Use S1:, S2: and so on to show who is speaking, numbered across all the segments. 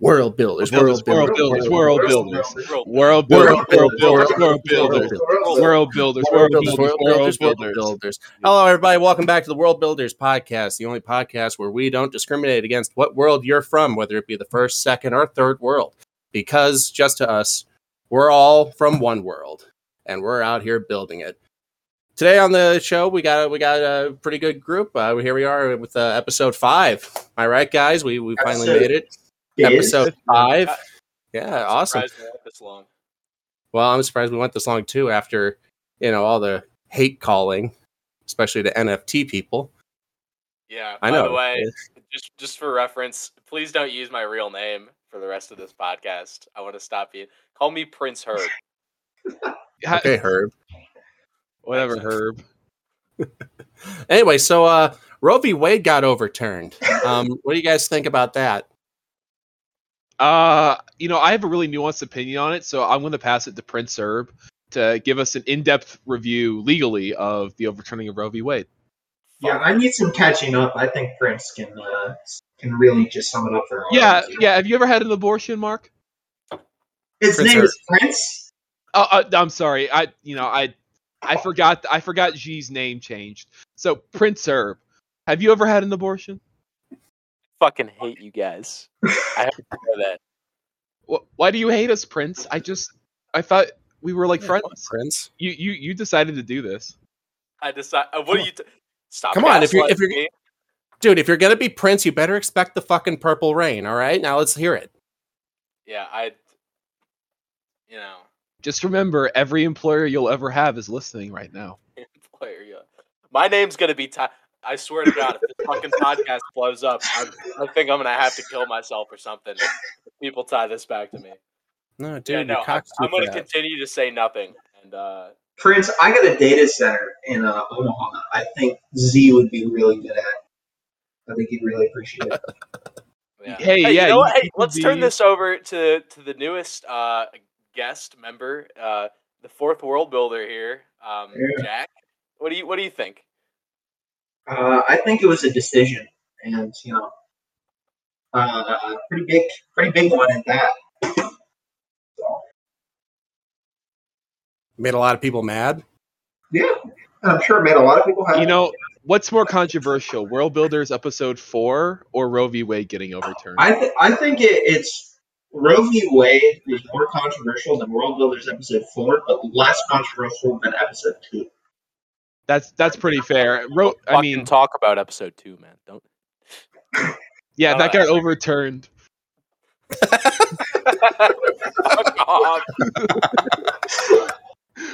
S1: World builders,
S2: Builders,
S1: world
S2: world
S1: builders,
S2: builders, world builders, world
S1: World
S2: builders, world
S1: builders,
S2: builders, world
S1: world
S2: builders,
S1: builders,
S2: world builders,
S1: world
S2: world builders, world
S1: builders, world
S2: builders.
S1: builders. Hello, everybody. Welcome back to the World Builders Podcast, the only podcast where we don't discriminate against what world you're from, whether it be the first, second, or third world, because just to us, we're all from one world, and we're out here building it. Today on the show, we got we got a pretty good group. Uh, here we are with uh, episode five. Am I right, guys? We we finally
S3: Episode
S1: made it.
S3: Yes.
S1: Episode five. Yeah,
S2: I'm
S1: awesome.
S2: surprised they went This long.
S1: Well, I'm surprised we went this long too after, you know, all the hate calling, especially to NFT people.
S2: Yeah.
S1: I
S2: by
S1: know.
S2: the way, just just for reference, please don't use my real name for the rest of this podcast. I want to stop you. Call me Prince Herb.
S1: Okay, Herb.
S4: Whatever, Herb.
S1: Anyway, so uh Roe v. Wade got overturned. Um, what do you guys think about that?
S4: Uh, you know, I have a really nuanced opinion on it, so I'm going to pass it to Prince Herb to give us an in-depth review legally of the overturning of Roe v. Wade.
S3: Yeah, I need some catching up. I think Prince can uh, can really just sum it up for all
S4: Yeah,
S3: of you.
S4: yeah. Have you ever had an abortion, Mark?
S3: His
S1: Prince
S3: name
S1: Eric.
S3: is Prince.
S4: Uh, uh, I'm sorry. I, you know, I, I forgot. I forgot G's name changed. So Prince Herb, have you ever had an abortion?
S2: Fucking hate you guys. I have to know that.
S4: Wh- Why do you hate us, Prince? I just, I thought we were like friends.
S1: Prince.
S4: You, you, you decided to do this.
S2: I decide. Uh, what do you? T- stop.
S1: Come on, if you're- if
S2: gaslighting
S1: you're-
S2: me.
S1: Dude, if you're gonna be Prince, you better expect the fucking purple rain, all right? Now let's hear it.
S2: yeah, I. You know,
S4: Just remember, every employer you'll ever have is listening right now.
S2: employer. Yeah. My name's gonna be. Ty- I swear to God, if this fucking podcast blows up, I, I think I'm gonna have to kill myself or something. if People tie this back to me.
S1: No, dude,
S2: Yeah, no,
S1: your
S2: I'm,
S1: cock's
S2: I'm
S1: too
S2: gonna
S1: fat.
S2: continue to say nothing. And uh,
S3: Prince, I got a data center in uh, Omaha. that I think Z would be really good at. I think he'd really appreciate it.
S2: yeah.
S4: Hey, yeah,
S2: you know
S4: you-
S2: what? Hey,
S4: you
S2: let's
S4: could
S2: turn
S4: be-
S2: this over to to the newest uh, guest member, uh, the fourth world builder here, um,
S3: Yeah.
S2: Jack. What do you What do you think?
S3: Uh, I think it was a decision, and you know, uh, pretty big, pretty big one at that. So,
S1: Made a lot of people mad.
S3: yeah, I'm sure it made a lot of people happy.
S4: you know what's more controversial world builders episode 4 or roe v wade getting overturned
S3: I th- I think it, it's Roe v. Wade was more controversial than World Builders episode four, but less controversial than episode two.
S4: that's that's pretty fair Ro- i
S2: Fucking
S4: mean
S2: talk about episode two, man. Don't.
S4: yeah
S2: uh,
S4: that got overturned
S2: Fuck off.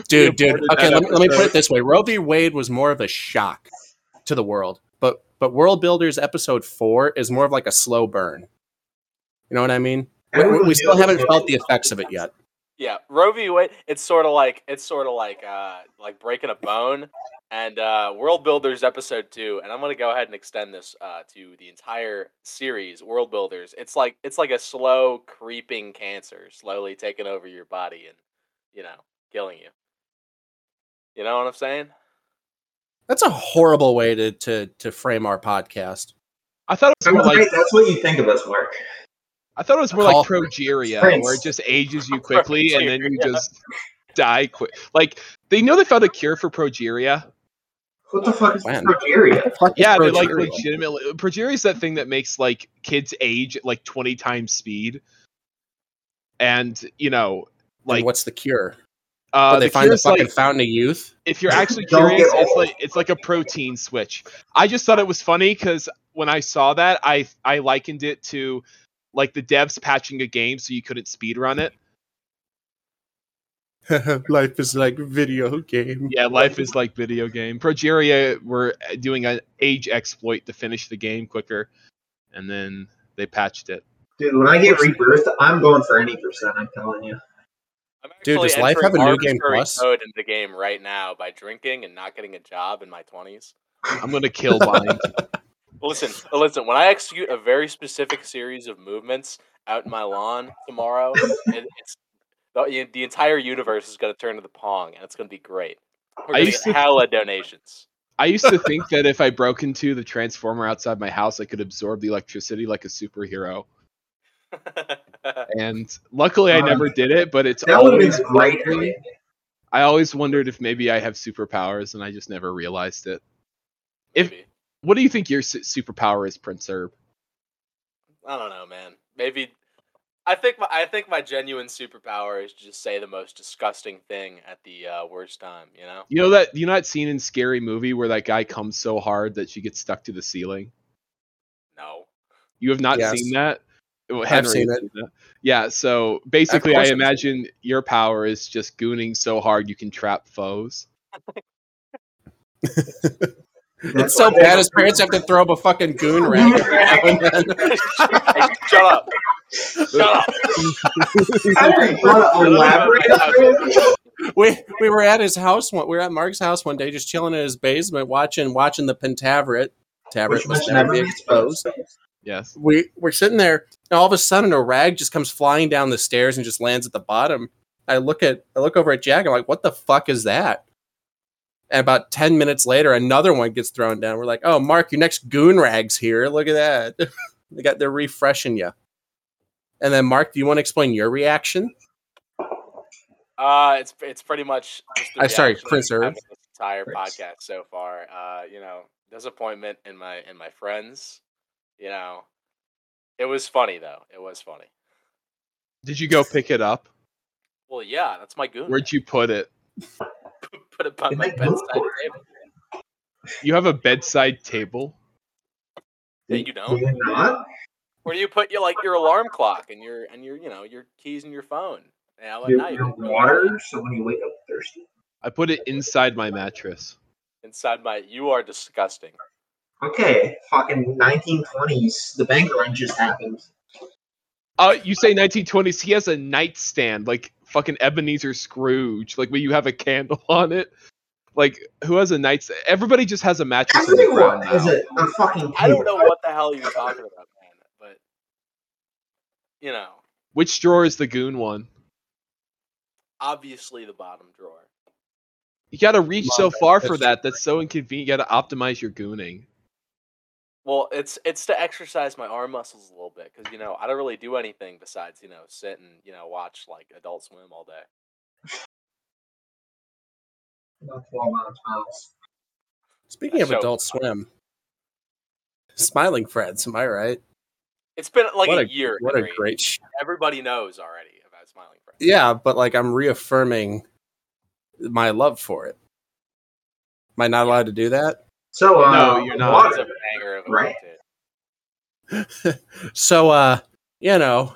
S1: Dude,
S4: We
S1: dude.
S4: aborted
S1: Okay, let
S4: that
S1: me, let me put
S4: episode.
S1: it this way. Roe v. Wade was more of a shock to the world. But but World Builders episode four is more of like a slow burn. You know what I mean? We, we- we still haven't felt the effects of it yet.
S2: Yeah, Roe v. Wade. It's sort of like it's sort of like uh, like breaking a bone. And uh, World Builders episode two, and I'm gonna go ahead and extend this uh, to the entire series. World Builders. It's like it's like a slow creeping cancer, slowly taking over your body and you know killing you. You know what I'm saying?
S1: That's a horrible way to to to frame our podcast.
S4: i thought it was
S3: I'm
S4: more
S3: afraid
S4: like
S3: that's what you think of us, Mark.
S4: i thought it was more
S1: Call-
S4: like progeria where it
S3: Prince.
S4: just ages you quickly and then you
S2: Progeria.
S4: just die quick like they know they found a cure for progeria
S3: What the fuck is
S1: When?
S3: progeria?
S1: Fuck
S4: yeah they like
S1: Progeria.
S4: legitimately progeria is that thing that makes like kids age at like 20 times speed and you know
S1: And
S4: like
S1: what's the cure?
S4: uh
S1: Oh, they
S4: the
S1: find
S4: cure
S1: the
S4: is,
S1: fucking
S4: like,
S1: fountain of youth.
S4: if you're actually
S3: Don't
S4: curious,
S3: get
S4: it's
S3: old.
S4: like it's like a protein switch. I just thought it was funny because when I saw that, I I likened it to like the devs patching a game so you couldn't speed run it.
S1: Life is like video game.
S4: Yeah, life is like video game. Progeria were uh, doing an age exploit to finish the game quicker, and then they patched it.
S3: Dude, when I get rebirth, I'm going for any percent, I'm telling you.
S2: I'm
S1: Dude, does
S2: actually
S1: life have
S2: entering
S1: a new game
S2: arbitrary
S1: plus?
S2: Code in the game right now by drinking and not getting a job in my 20s.
S4: I'm gonna kill Bind.
S2: Listen, listen. When I execute a very specific series of movements out in my lawn tomorrow, it, it's the, the entire universe is going to turn to the pong, and it's going to be great. We're
S4: I
S2: going to
S4: used
S2: get hella donations.
S4: I used to think that if I broke into the transformer outside my house, I could absorb the electricity like a superhero. and luckily I
S3: Um,
S4: never did it. But it's
S3: That would have
S4: always
S3: been a great
S4: bugged me.
S3: idea.
S4: I always wondered if maybe I have superpowers, and I just never realized it. If-
S2: Maybe.
S4: What do you think your su- superpower is, Prince Herb?
S2: I don't know, man. Maybe I think my I think my genuine superpower is to just say the most disgusting thing at the uh, worst time. You know?
S4: You know that you know that scene in Scary Movie where that guy comes so hard that she gets stuck to the ceiling.
S2: No.
S4: You have not
S1: Yes.
S4: seen that. Well,
S1: I've
S4: Henry
S1: seen
S4: has
S1: it.
S4: that. Yeah. So basically,
S1: course I've seen
S4: I
S1: it.
S4: imagine your power is just gooning so hard you can trap foes.
S1: it's so bad his parents have to throw up a fucking goon rag. every now and then.
S2: Hey, shut up! Shut up!
S3: Henry, you want to elaborate on this?
S1: we we were at his house one. We were at Mark's house one day, just chilling in his basement, watching watching the Pentaveret. Taveret
S3: Which
S1: must
S3: must
S1: never be exposed.
S4: Yes.
S1: We we're sitting there, and all of a sudden, a rag just comes flying down the stairs and just lands at the bottom. I look at I look over at Jack. I'm like, "What the fuck is that?" And about ten minutes later, another one gets thrown down. We're like, "Oh, Mark, your next goon rag's here. Look at that. they got they're refreshing you." And then, Mark, do you want to explain your reaction?
S2: Uh, it's it's pretty much. Just the
S1: I'm sorry,
S2: reaction
S1: Prince
S2: I've had
S1: Irv.
S2: with This entire
S3: Prince.
S2: podcast so far, uh, you know, disappointment in my in my friends. You know, it was funny though. It was funny.
S4: Did you go pick it up?
S2: Well, yeah, that's my goon.
S4: Where'd you put it?
S2: put it on
S3: Did
S2: my
S3: they move
S2: bedside
S3: for it?
S2: table?
S4: You have a bedside table.
S2: Yeah, you
S3: Do
S2: don't.
S3: you not?
S2: Where do you put your like your alarm clock and your and your you know your keys and your phone? Yeah, well, now
S3: Your,
S2: you
S3: your
S2: can go
S3: water, so when you wake up thirsty.
S4: I put it inside my mattress.
S2: inside my. You are disgusting.
S3: Okay, fucking 1920s. The bank run just happened.
S4: Uh, you say 1920s. He has a nightstand, like fucking Ebenezer Scrooge, like where you have a candle on it. Like, who has a nightstand? Everybody just has a mattress on the
S3: Everyone
S4: ground
S3: has
S4: now.
S3: a, a fucking.
S2: I don't
S3: table.
S2: know what the hell you're talking about, man. But you know,
S4: Which drawer is the goon one?
S2: obviously the bottom drawer.
S4: You gotta reach so
S1: Manga,
S4: far
S1: that's
S4: for that. That's so inconvenient. You gotta optimize your gooning.
S2: Well, it's it's to exercise my arm muscles a little bit because you know I don't really do anything besides you know sit and you know watch like Adult Swim all day.
S3: That's all about smiles.
S1: Speaking of
S2: So-
S1: Adult Swim, Smiling Friends, am I right?
S2: It's been like
S1: What
S2: a,
S1: a-
S2: year.
S1: What a
S2: Henry.
S1: great sh-
S2: Everybody knows already about Smiling Friends.
S1: Yeah, but like I'm reaffirming my love for it. Am I not allowed to do that?
S3: So, uh,
S4: No, you're not.
S2: It's a
S3: Water.
S2: banger of a
S3: Right.
S2: cartoon.
S1: So uh, you know,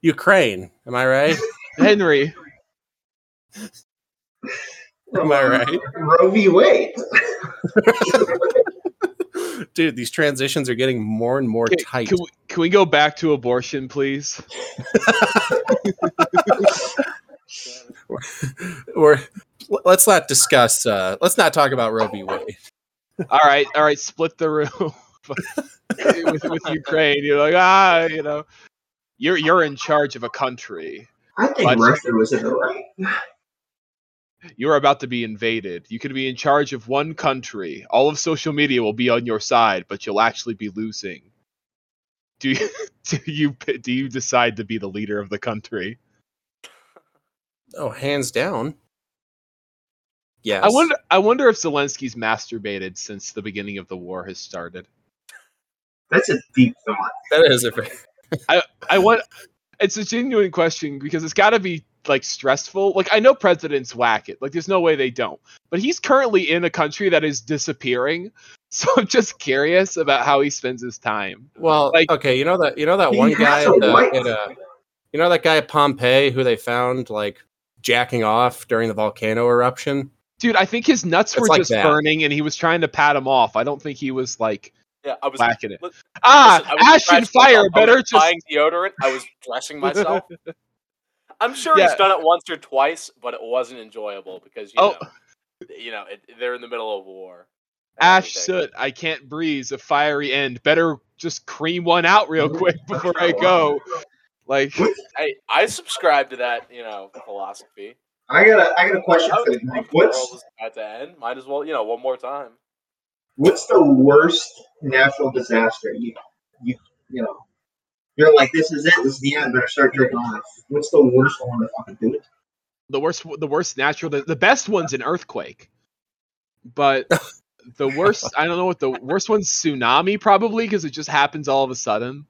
S1: Ukraine, am I right?
S4: Henry,
S1: Am I right?
S3: Roe v. Wade.
S1: Dude, these transitions are getting more and more
S4: can,
S1: tight.
S4: can we, can we go back to abortion, please?
S1: We're let's not discuss uh let's not talk about Roe v. Wade.
S4: All right, all right, split the room with, with Ukraine. You're like ah, you know, you're you're in charge of a country.
S3: I think
S4: But-
S3: Russia was in the right.
S4: You're about to be invaded. You could be in charge of one country. All of social media will be on your side, but you'll actually be losing. Do you do you p- do you decide to be the leader of the country?
S1: Oh, hands down. Yes.
S4: I wonder. I wonder if Zelensky's masturbated since the beginning of the war has started.
S3: That's a deep thought.
S1: that is a very
S4: I want. It's a genuine question because it's got to be like stressful. Like I know presidents whack it. Like there's no way they don't. But he's currently in a country that is disappearing. So I'm just curious about how he spends his time.
S1: Well,
S4: Like-
S1: okay, you know that you know that
S3: He
S1: one
S3: has
S1: guy
S3: a
S1: at, the,
S3: wife.
S1: at uh, you know that guy at Pompeii who they found like jacking off during the volcano eruption.
S4: Dude, I think his nuts
S1: It's
S4: were
S1: like
S4: just
S1: that.
S4: burning, and he was trying to pat him off. I don't think he was like
S2: Yeah, I was
S4: whacking it.
S2: Look,
S4: Ah,
S2: Listen, I was
S4: ash and
S2: dressed myself.
S4: fire.
S2: I
S4: Better
S2: was
S4: just
S2: buying deodorant. I was dressing myself. I'm sure
S4: Yeah.
S2: he's done it once or twice, but it wasn't enjoyable because you
S4: Oh.
S2: know, you know, it, they're in the middle of war. and
S4: ash
S2: everything.
S4: soot. I can't breathe. A fiery end. Better just cream one out real quick before I go. Like.
S2: I I subscribe to that, you know, philosophy.
S3: I got a, I got a question
S2: I
S3: for
S2: was
S3: you. Mike.
S2: like, the world
S3: What's
S2: is about to end. Might as well, you know, one more time.
S3: what's the worst natural disaster you you you know You're like, this is it. This is the end. Better start jerking off. What's the worst one to fucking do it?
S4: The worst, the worst natural, the, the best one's an earthquake, but the worst, I don't know what the worst one's tsunami probably because it just happens all of a sudden.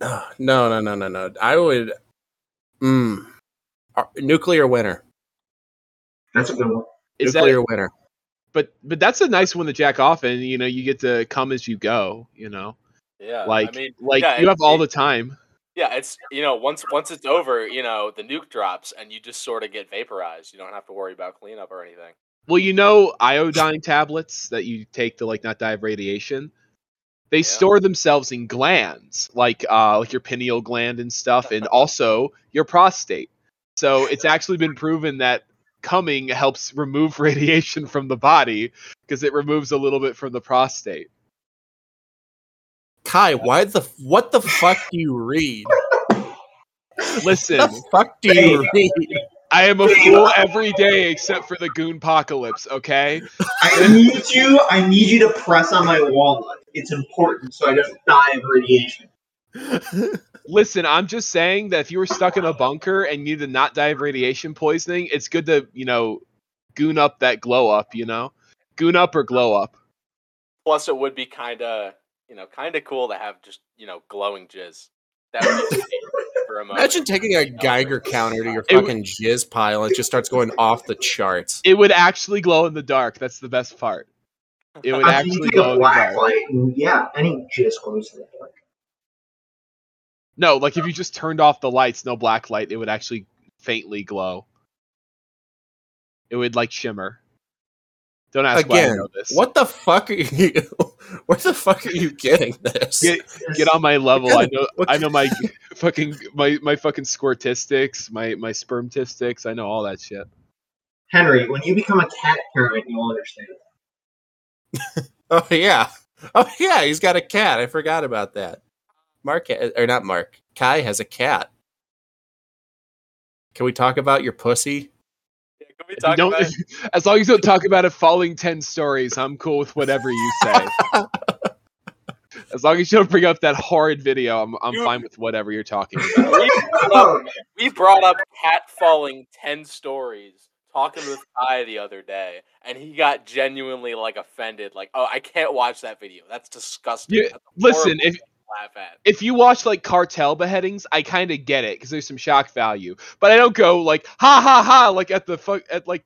S1: No, no, no, no, no. I would. Mm, Uh, nuclear winter.
S3: That's a good one.
S4: Is that
S1: nuclear winter.
S4: but but that's a nice one to jack off and you know you get to come as you go you know
S2: Yeah,
S4: like
S2: Uh, I mean,
S4: like
S2: yeah,
S4: you have all
S2: it-
S4: the time
S2: yeah, it's you know once once it's over, you know the nuke drops and you just sort of get vaporized. You don't have to worry about cleanup or anything.
S4: well you know iodine tablets that you take to like not die of radiation they
S2: Yeah.
S4: store themselves in glands like uh like your pineal gland and stuff and also your prostate so it's actually been proven that coming helps remove radiation from the body because it removes a little bit from the prostate
S1: Kai, why the what the fuck do you read?
S4: listen
S1: What the fuck do you read?
S4: i am a fool every day except for the goon apocalypse okay
S3: I need you. I need you to press on my wallet. It's important, so I don't die of radiation.
S4: Listen, I'm just saying that if you were stuck in a bunker and you did not die of radiation poisoning, it's good to, you know, goon up that glow up, you know? Goon up or glow up.
S2: Plus, it would be kind of you know kind of cool to have just you know glowing jizz. That would be great for a moment.
S1: Imagine taking a Geiger counter to your
S4: It w-
S1: fucking jizz pile and it just starts going off the charts.
S4: It would actually glow in the dark. That's the best part. It
S3: I mean,
S4: would
S3: you
S4: actually
S3: get
S4: glow
S3: a
S4: in the
S3: black
S4: dark.
S3: light, and yeah, any jizz glows in the dark.
S4: No, like if you just turned off the lights, no black light, it would actually faintly glow. It would like shimmer. Don't ask why I
S1: Again,
S4: know this.
S1: What the fuck are you? Where the fuck are you getting this?
S4: Get- get on my level. I
S1: kind
S4: know
S1: what
S4: I know my fucking my my fucking squirtistics, my my spermtistics. I know all that shit.
S3: Henry, when you become a cat parent, you'll understand.
S1: Oh yeah, oh yeah. He's got a cat. I forgot about that. Mark ha- or not Mark? Kai has a cat. Can we talk about your pussy?
S2: Yeah, can
S4: If you don't-
S2: we talk about it?
S4: as long as you don't talk about it falling ten stories, I'm cool with whatever you say. as long as you don't bring up that horrid video, I'm I'm
S2: You-
S4: fine with whatever you're talking about.
S2: We brought, up,
S3: Oh,
S2: we brought up cat falling ten stories talking with Kai the other day, and he got genuinely like offended. Like, oh, I can't watch that video. That's disgusting.
S4: You-
S2: That's
S4: Listen,
S2: horrible
S4: if
S2: to laugh at.
S4: if you watch like cartel beheadings, I kind of get it because there's some shock value. But I don't go like ha ha ha like at the fuck at like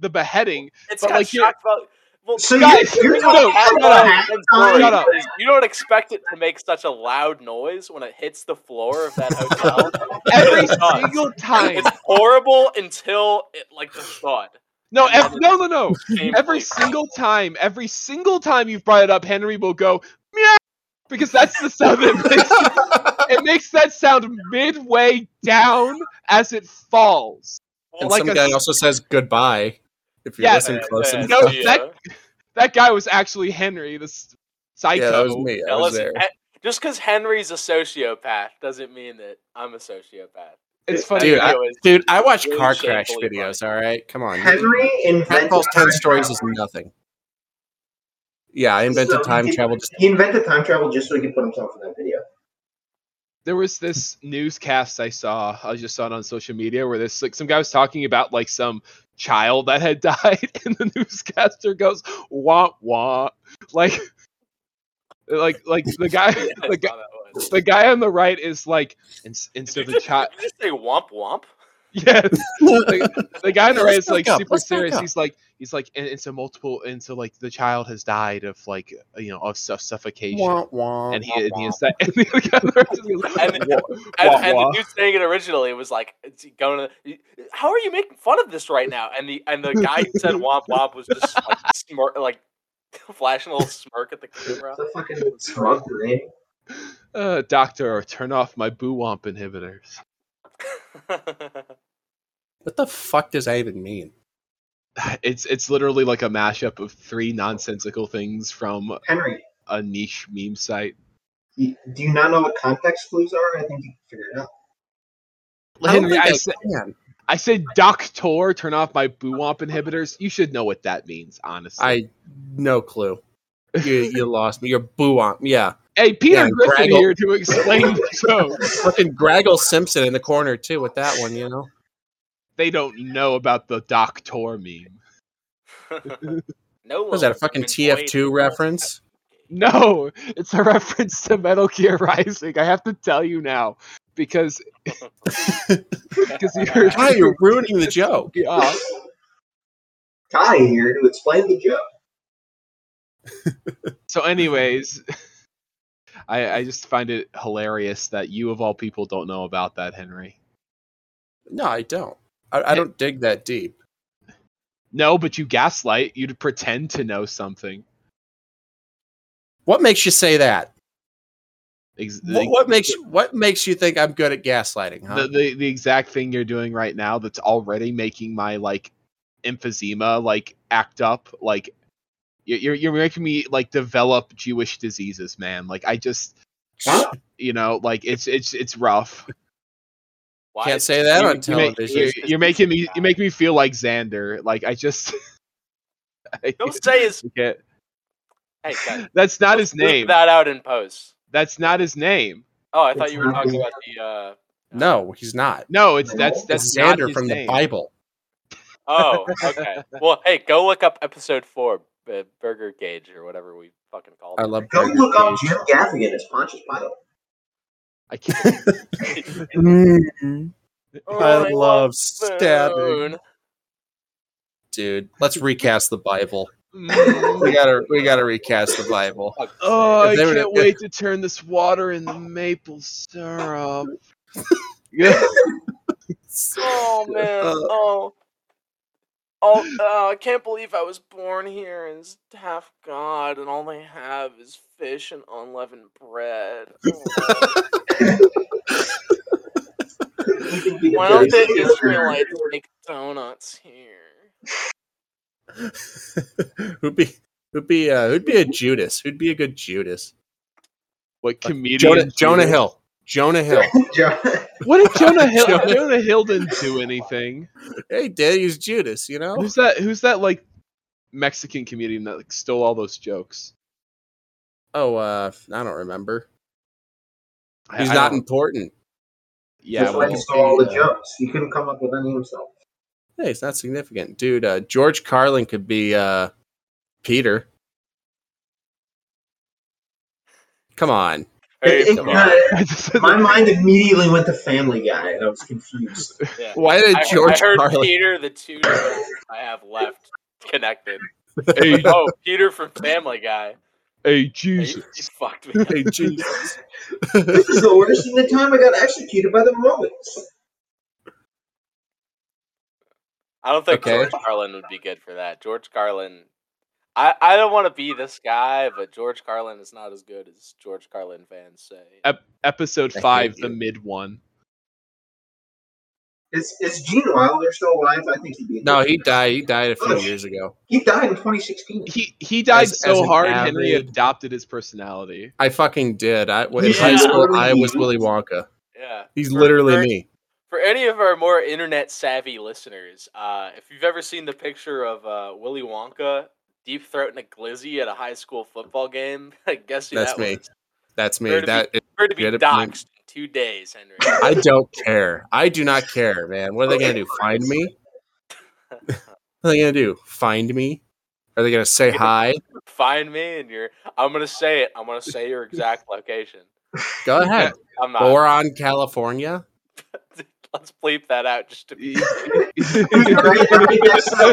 S4: the beheading.
S2: It's
S4: But,
S2: got
S4: like,
S2: like,
S4: you're-
S2: shock value. Well,
S3: So
S4: Guys,
S3: you're, you're
S4: shut
S3: talking
S4: up,
S2: cat
S4: shut
S3: about
S4: up,
S2: falling
S3: cat
S2: 10
S3: time?
S2: stories
S4: shut up.
S2: is- You don't expect it to make such a loud noise when it hits the floor of that hotel.
S4: Every
S2: It does.
S4: single time.
S2: It's horrible until it like the thud.
S4: No,
S2: And
S4: ev-
S2: then
S4: no, no, no. Every
S2: Shamefully.
S4: single time, every single time you've brought it up, Henry will go meow because that's the sound that it makes. It makes that sound midway down as it falls.
S1: And
S4: Like
S1: some
S4: a-
S1: guy also says goodbye. If you're
S4: Yeah,
S1: listening close
S2: yeah,
S1: enough.
S4: No,
S2: yeah.
S4: that- That guy was actually Henry, this psycho.
S1: Yeah, that was me. I
S2: Yeah,
S1: was
S2: listen,
S1: there.
S2: Hen- just because Henry's a sociopath doesn't mean that I'm a sociopath.
S4: It's
S2: That
S4: funny.
S1: Dude, I-
S2: video is-
S1: Dude, I watch
S2: really
S1: car crash
S2: shamefully
S1: videos, all right? Come on.
S3: Henry
S1: Cat
S3: invented
S1: Falls 10
S3: time
S1: Stories is
S3: travel.
S1: nothing. Yeah, I invented
S3: So he
S1: time
S3: did-
S1: travel. Just
S3: He invented time travel just so he could put himself in that video.
S4: there was this newscast I saw. I just saw it on social media where this like some guy was talking about like some child that had died, and the newscaster goes wah wah, like, like like the guy
S2: Yeah, I
S4: the guy
S2: saw that one.
S4: the guy on the right is like and, s- and so
S2: Did
S4: the
S2: you just-
S4: child
S2: did you just say womp womp?
S4: yes the, the guy on the right
S1: Let's
S4: is like
S1: back up,
S4: super
S1: let's back
S4: serious
S1: up.
S4: he's like he's like and, and so multiple and so like the child has died of like uh, you know of suff- suffocation
S1: wah, wah,
S4: and he
S1: wah,
S4: and
S1: wah.
S4: he is that and the guy on the right is like,
S2: And-
S4: "Wah,
S2: And,
S4: wah,
S2: and
S4: wah."
S2: the dude saying it originally was like, it's going to, "How are you making fun of this right now?" And the and the guy who said womp womp was just like smirk, like flashing a little smirk at the camera.
S3: It's a fucking smug name.
S4: uh, doctor turn off my boo womp inhibitors
S1: What the fuck does that even mean?
S4: it's it's literally like a mashup of three nonsensical things from
S3: Henry,
S4: a niche meme site
S3: you, do you not know what context clues are? I think you can figure it out.
S1: I don't
S4: Henry,
S1: think
S4: I
S1: I
S4: said-
S1: can.
S4: I said doctor, turn off my boo-womp inhibitors. You should know what that means, honestly.
S1: I no clue. You you lost me. You're boo on. Yeah,
S4: Hey, Peter
S1: Yeah,
S4: Griffin
S1: Graggle.
S4: here to explain the show.
S1: Fucking Graggle Simpson in the corner too with that one, you know.
S4: They don't know about the Doctor meme.
S2: no.
S1: Was that a fucking TF2 reference?
S4: No, it's a reference to Metal Gear Rising. I have to tell you now because because you're
S1: Hi, you're ruining the joke.
S4: yeah.
S3: Kai here to explain the joke.
S4: So, anyways, I I just find it hilarious that you of all people don't know about that, Henry.
S1: No, I don't. I, I don't dig that deep.
S4: No, but you gaslight. You'd pretend to know something.
S1: What makes you say that?
S4: Ex-
S1: What, what makes you, what makes you think I'm good at gaslighting? Huh?
S4: the, the the exact thing you're doing right now that's already making my like emphysema like act up like you're you're- you're making me like develop Jewish diseases, man. Like I just
S3: Huh?
S4: you know like it's it's it's rough.
S1: Can't say that
S4: You-
S1: on
S4: you make-
S1: television.
S4: you're, you're making me you make me feel like Xander. Like I just I
S2: Don't say his.
S4: can't-
S2: Hey, guys,
S4: that's not
S2: let's
S4: his
S2: bleep
S4: name.
S2: That out in post.
S4: That's not his name.
S2: Oh, I thought
S3: It's
S2: you were
S3: not
S2: talking
S3: his-
S2: about the. Uh,
S1: no, he's not.
S4: No, it's
S3: No,
S4: that's
S1: That's
S4: that's not
S1: Xander
S4: his
S1: from the
S4: name.
S1: Bible.
S2: oh, okay. Well, hey, go look up episode four, uh, Burger Gauge or whatever we fucking call it.
S1: I love
S3: Go
S1: Burger
S3: look up
S1: King.
S3: Jim Gaffigan as Pontius Pilate.
S4: I can't.
S2: Oh,
S1: I
S2: I
S1: love stabbing,
S2: spoon.
S1: dude. Let's recast the Bible.
S4: Mm.
S1: We gotta, we gotta recast the Bible.
S2: Fuck's
S4: Oh,
S1: If
S4: I
S1: they would've-
S4: can't
S1: if-
S4: wait to turn this water into maple syrup. Yeah.
S2: sake. Oh man.
S1: Uh,
S2: oh. Oh, uh, I can't believe I was born here and is half God, and all they have is fish and unleavened bread. Oh, Why don't the Israelites make donuts here?
S1: who'd be, who'd be, uh, who'd be a Judas? Who'd be a good Judas?
S4: What comedian?
S1: Jonah,
S4: did-
S1: Jonah Hill. Jonah Hill.
S4: What did Jonah Hill?
S1: Jonah-
S4: Jonah. Hill didn't do anything.
S1: hey, Dad, he's Judas. You know.
S4: Who's that? Who's that? Like Mexican comedian that like, stole all those jokes.
S1: Oh, uh, I don't remember.
S4: I-
S1: He's
S4: I
S1: not
S4: don't-
S1: important.
S4: Yeah,
S3: Just
S4: well,
S3: like he stole all the
S4: uh,
S3: jokes. He couldn't come up with any himself.
S1: Hey, it's not significant, dude. Uh, George Carlin could be uh, Peter. Come on.
S3: It- it-
S1: come
S3: uh,
S4: I just-
S3: my mind immediately went to Family Guy, and I was confused.
S2: Yeah.
S1: Why did
S2: I,
S1: George
S2: I heard
S1: Carlin?
S2: Peter, the two names I have left connected.
S4: hey,
S2: Oh, Peter from Family Guy.
S4: hey,
S2: He, he
S4: Jesus!
S2: fucked me. up.
S1: Hey, Jesus.
S3: This is the worst in the time I got executed by the Romans.
S2: I don't think
S1: Okay.
S2: George Carlin would be good for that. George Carlin. I, I don't want to be this guy, but George Carlin is not as good as George Carlin fans say.
S4: Ep- episode
S1: I hate
S4: five, the
S1: you.
S4: mid one.
S3: Is is Gene Wilder still alive? I think he'd be.
S1: No, he died. He died a few years ago.
S3: he died in 2016.
S4: He he died
S1: As- as
S4: so
S1: an
S4: hard. Henry
S1: avid-
S4: adopted his personality.
S1: I fucking did. I in
S2: Yeah.
S1: high school. I was Willy Wonka.
S2: Yeah.
S1: He's
S2: For-
S1: literally
S2: for-
S1: me.
S2: For any of our more internet savvy listeners, uh, if you've ever seen the picture of uh, Willy Wonka deep throating a glizzy at a high school football game, guess who
S1: That's
S2: that
S1: me.
S2: was?
S1: That's me.
S2: Where did
S1: That
S2: Prefer to be
S1: Get it, man.
S2: doxxed in two days, Henry.
S1: I don't care. I do not care, man. What are they gonna do? Find me? What are they gonna do? Find me? Are they gonna say hi?
S2: Find me and you're. I'm gonna say it. I'm gonna say your exact location.
S1: Go ahead.
S2: I'm not.
S1: Or on California?
S2: Let's bleep that out just to be.
S3: Right? I mean, that's the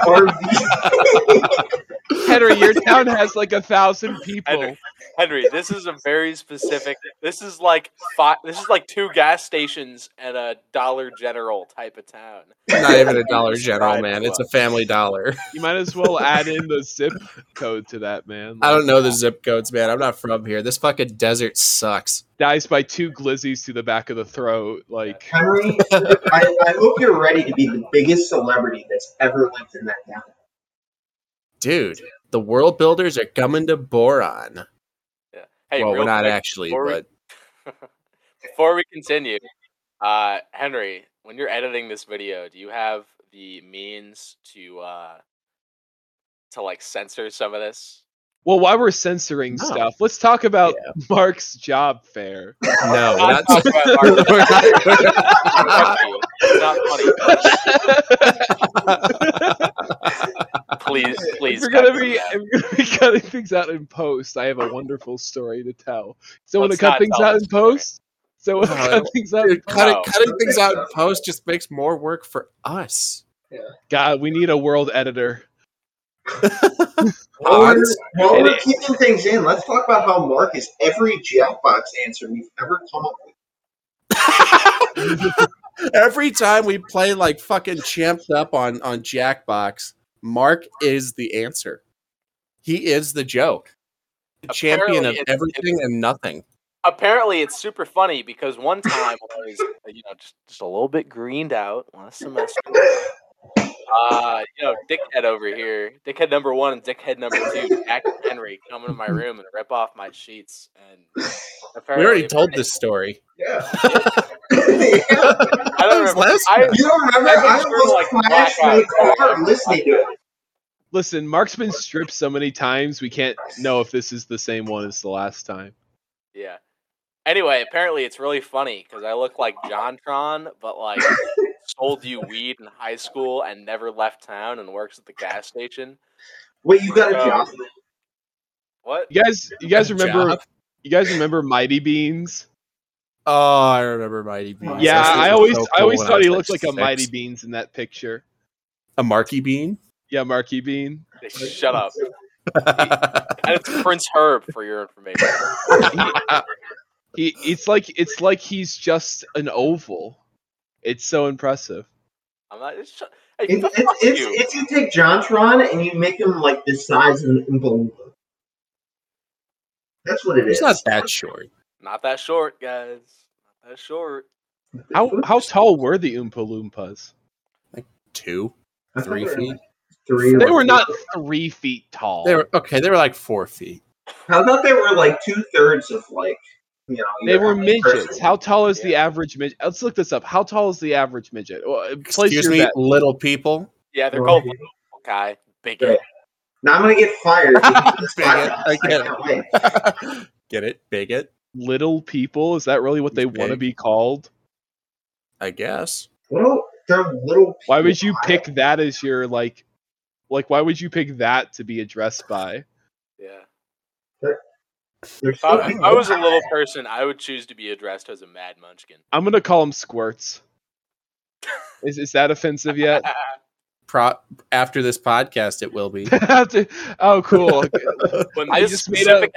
S3: RV.
S4: Henry, your town has like a thousand
S2: Henry,
S4: people.
S2: Henry, this is a very specific. This is like five. This is like two gas stations and a Dollar General type of town.
S1: Not even a Dollar General, man. It's a Family Dollar.
S4: You might as well add in the zip code to that, man.
S1: I don't know the zip codes, man. I'm not from here. This fucking desert sucks.
S4: dies by two glizzies to the back of the throat. Like,
S3: Henry, I, I hope you're ready to be the biggest celebrity that's ever lived in that town.
S1: Dude, the world builders are coming to Boron.
S2: Hey,
S1: well,
S2: real
S1: we're not
S2: quick,
S1: actually,
S2: before we-
S1: but
S2: Before we continue, uh, Henry, when you're editing this video, do you have the means to uh, to like censor some of this?
S4: Well, while we're censoring
S2: Oh.
S1: No.
S4: stuff, let's talk about Mark's job fair.
S1: No, we're
S2: Not
S1: not.
S2: talking about
S1: we're not-
S2: Mark.
S1: we're not-
S2: It's not funny. Please, please.
S4: If you're gonna
S2: cut
S4: be
S2: this out.
S4: if you're gonna be cutting things out in post, I have a wonderful story to tell. So when to
S2: Let's
S4: cut
S2: not
S4: things
S2: tell
S4: out
S2: this
S4: in
S2: story.
S4: post, so when to
S1: No,
S4: cut things out, in
S1: Dude,
S4: post-
S1: cutting,
S2: No.
S1: cutting things out in post just makes more work for us.
S4: God, we need a world editor.
S3: While we're,
S1: Hans,
S3: while
S2: it
S3: we're
S2: is.
S3: keeping things in, let's talk about how Mark is every Jackbox answer we've ever come up with.
S1: Every time we play like fucking champed up on on Jackbox, Mark is the answer. He is the joke. The champion of
S2: Apparently, it's-
S1: everything and nothing.
S2: Apparently, it's super funny because one time when I was, uh, you know, just, just a little bit greened out last semester. Uh, you know, dickhead over here, dickhead number one and dickhead number two, Jack and Henry, come into my room and rip off my sheets. And
S1: We
S2: apparently,
S1: already told this story.
S3: Yeah. yeah.
S2: I don't remember.
S1: Last
S2: I,
S3: You don't remember?
S2: I've been
S3: I
S2: through,
S3: almost
S2: like,
S3: crashed my
S2: blackouts.
S3: car listening to it.
S4: Listen, Mark's been stripped so many times, we can't know if this is the same one as the last time.
S2: Yeah. Anyway, apparently it's really funny because I look like JonTron, but like sold you weed in high school and never left town and works at the gas station.
S3: Wait, you got a
S2: Um,
S3: job?
S2: What?
S4: You guys, you guys remember?
S1: Job.
S4: You guys remember Mighty Beans?
S1: Oh, I remember Mighty Beans.
S4: Yeah,
S1: Those things
S4: I
S1: were
S4: always,
S1: so
S4: I
S1: cool
S4: always
S1: when
S4: thought
S1: was,
S4: he looked like a
S1: six.
S4: Mighty Beans in that picture.
S1: A Marky Bean.
S4: Yeah, Marky Bean.
S2: Shut up. And it's Prince Herb for your information.
S4: He, it's like, it's like he's just an oval. It's so impressive.
S2: I'm not. Just shut, hey,
S3: It's,
S2: fuck
S3: it's,
S2: you.
S3: it's, it's you take Jontron and you make him like this size and, and balloon. That's what it is.
S1: He's not that short.
S2: not that short, guys. Not that short.
S4: How, how tall were the Oompa Loompas?
S1: Two,
S3: I thought
S1: three
S3: they were
S1: feet.
S3: Three.
S4: They
S3: or
S4: were
S3: four.
S4: not three feet tall.
S1: They were okay. They were like four feet.
S3: How about they were like two thirds of like, you know.
S4: They
S3: your
S4: were
S3: average
S4: midgets.
S3: person.
S4: How tall is the average midget? Let's look this up. How tall is the average midget? Well, place
S1: Excuse
S4: your
S1: me,
S4: bet.
S1: little people.
S2: Yeah, they're
S3: Well,
S2: called Guy Bigot.
S3: Now I'm gonna get fired. because of this
S1: Bigot.
S3: podcast.
S1: I get it.
S3: can't wait.
S1: Get it? Bigot?
S4: Little people. Is that really what they
S1: It's
S4: want to
S1: big.
S4: be called?
S1: I guess.
S3: Little, they're little.
S4: Why
S3: people.
S4: would you pick that as your like? Like, why would you pick that to be addressed by?
S2: Yeah.
S3: They're
S2: If I,
S3: so
S2: if I was a little person, I would choose to be addressed as a mad munchkin.
S4: I'm gonna call them squirts. Is is that offensive yet?
S1: Pro- after this podcast, it will be.
S4: oh, cool.
S2: When
S4: I
S2: this
S4: just made
S2: specific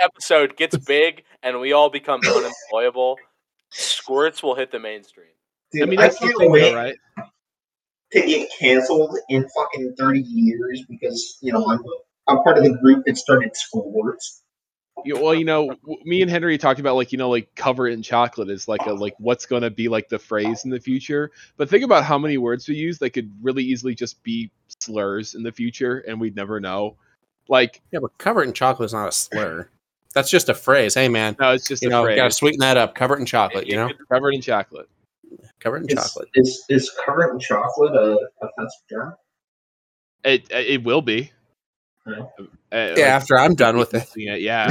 S2: episode gets big and we all become unemployable, squirts will hit the mainstream.
S3: Dude,
S4: I mean, that's the
S3: can't
S4: thing,
S3: wait
S4: though, right?
S3: to get canceled in fucking thirty years because you know I'm, I'm part of the group that started squirts.
S4: You, well, you know, w- me and Henry talked about like you know like cover it in chocolate is like a like what's going to be like the phrase in the future. But think about how many words we use that could really easily just be slurs in the future, and we'd never know. Like
S1: yeah, but covered in chocolate is not a slur. That's just a phrase. Hey, man,
S4: no, it's just
S1: you
S4: a
S1: know,
S4: phrase.
S1: gotta sweeten that up. Covered in chocolate, you know,
S4: Covered in chocolate.
S1: covered in
S3: Is,
S1: chocolate.
S3: Is is covered in chocolate uh, a offensive term?
S4: It it will be.
S3: Yeah.
S4: Uh,
S1: Yeah,
S4: like,
S1: after I'm done with it.
S4: yeah, yeah.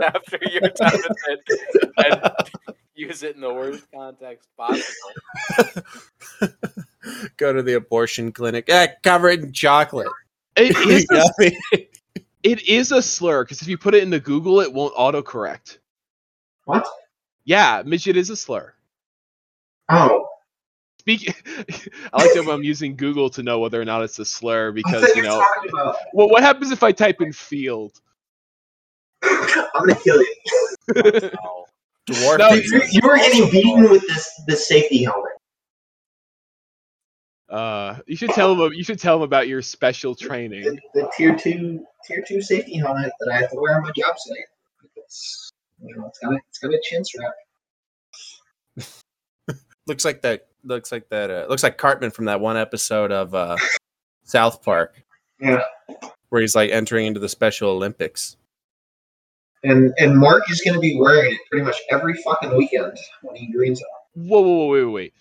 S2: After your time with it and use it in the worst context possible.
S1: Go to the abortion clinic. Yeah, covered in chocolate.
S4: It
S1: You
S4: is a,
S1: got me.
S4: it is a slur because if you put it into Google, it won't autocorrect.
S3: What?
S4: Yeah, midget is a slur.
S3: Oh,
S4: Speak. I like that when I'm using Google to know whether or not it's a
S3: I
S4: slur because
S3: thought
S4: you
S3: you were
S4: know.
S3: talking about.
S4: Well, what happens if I type in field?
S3: I'm gonna kill you.
S2: Wow.
S1: Dwarf.
S4: No,
S3: Dude, you, you were getting beaten with this this safety helmet.
S4: Uh, you should tell him. You should tell him about your special
S3: The,
S4: training.
S3: the tier two tier two safety helmet that I have to wear on my job site. It's, you know, it's got a it's got a chin strap.
S1: looks like that. Looks like that. Uh, looks like Cartman from that one episode of uh, South Park.
S3: Yeah.
S1: where he's like entering into the Special Olympics.
S3: And and Mark is gonna be wearing it pretty much every fucking weekend when he greens up.
S4: Whoa, whoa, whoa, wait, wait, wait.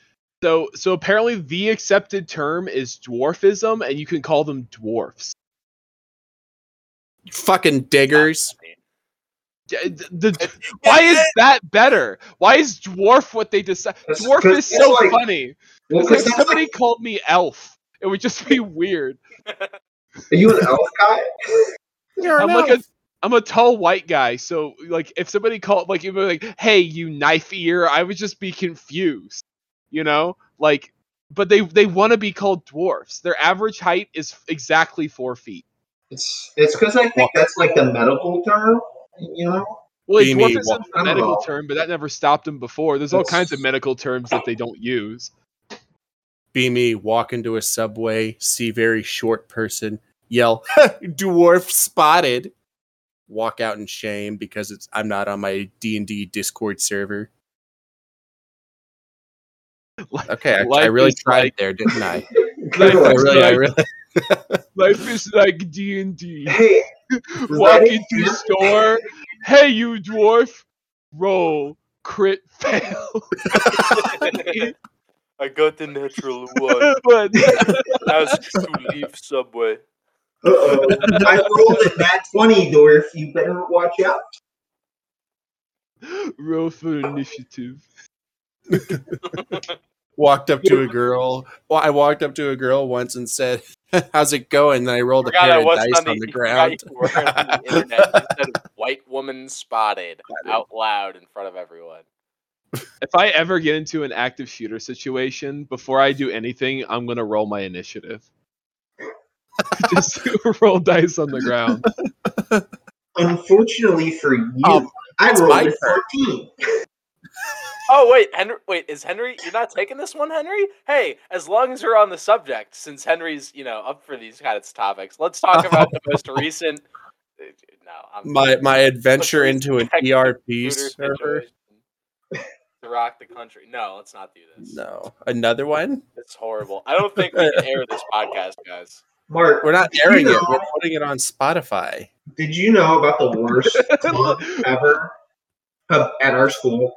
S4: So, so apparently the accepted term is dwarfism, and you can call them dwarfs.
S1: fucking diggers.
S4: D- d- the- why is that better? Why is dwarf what they decide?
S3: That's-
S4: Dwarf
S3: that's
S4: is so
S3: like-
S4: funny.
S3: Well,
S4: It's
S3: 'cause
S4: like
S3: that's
S4: somebody
S3: like,
S4: called me elf. It would just be weird.
S3: are you an elf guy?
S1: You're
S4: I'm
S1: an
S4: like a,
S1: elf.
S4: I'm a tall white guy, so like if somebody called like if they were like, "Hey, you knife ear," I would just be confused, you know? Like, but they they want to be called dwarfs. Their average height is exactly four feet.
S3: It's it's because I think that's like the medical term, you know.
S4: Well,
S1: Beanie
S4: dwarf is
S1: wa-
S4: a medical
S3: Oh.
S4: term, but that never stopped them before. There's all
S3: That's-
S4: kinds of medical terms that they don't use.
S1: be me, walk into a subway, see very short person, yell, dwarf spotted, walk out in shame because it's I'm not on my D and D Discord server. Okay, I, I
S4: Life
S1: really
S4: is
S1: tried
S4: like-
S1: there, didn't I?
S4: Life
S1: I
S4: is
S1: really, I
S4: like-
S1: really.
S4: Life is like D and D.
S3: Hey,
S4: Walk
S3: Right?
S4: into the store. Hey, you dwarf. Roll crit fail.
S2: I got the natural one.
S4: But-
S2: Asked to leave Subway.
S3: uh-oh. I rolled a nat twenty, Dorf. You better watch out.
S4: Roll for initiative.
S1: walked up to a girl. Well, I walked up to a girl once and said, "How's it going?" And I rolled a
S2: Forgot
S1: pair
S2: E I
S1: of
S2: wasn't
S1: dice on the,
S2: you forgot
S1: ground.
S2: you were on the internet. You said white woman spotted out loud in front of everyone.
S4: If I ever get into an active shooter situation, before I do anything, I'm gonna roll my initiative. Just roll dice on the ground.
S3: Unfortunately for you,
S1: Oh,
S3: I
S1: it's my
S3: rolled a
S1: turn.
S3: fourteen.
S2: Oh wait, Henry. Wait, is Henry? You're not taking this one, Henry? Hey, as long as we're on the subject, since Henry's you know up for these kind of topics, let's talk about the most recent. uh, No, I'm
S1: My my adventure
S2: Let's
S1: into an
S2: protect the
S1: ERP
S2: computer
S1: server.
S2: situation to rock the country. No, let's not do this.
S1: No, another one.
S2: It's horrible. I don't think we can air this podcast, guys.
S3: Mark,
S1: We're not airing
S3: You
S1: it. We're
S3: know-
S1: putting it on Spotify.
S3: did you know about the worst month ever of- at our school?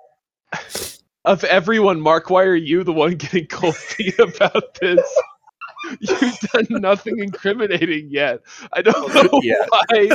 S4: Of everyone, Mark, why are you the one getting cold feet about this? You've done nothing incriminating yet. I don't know
S1: Yeah.
S4: why.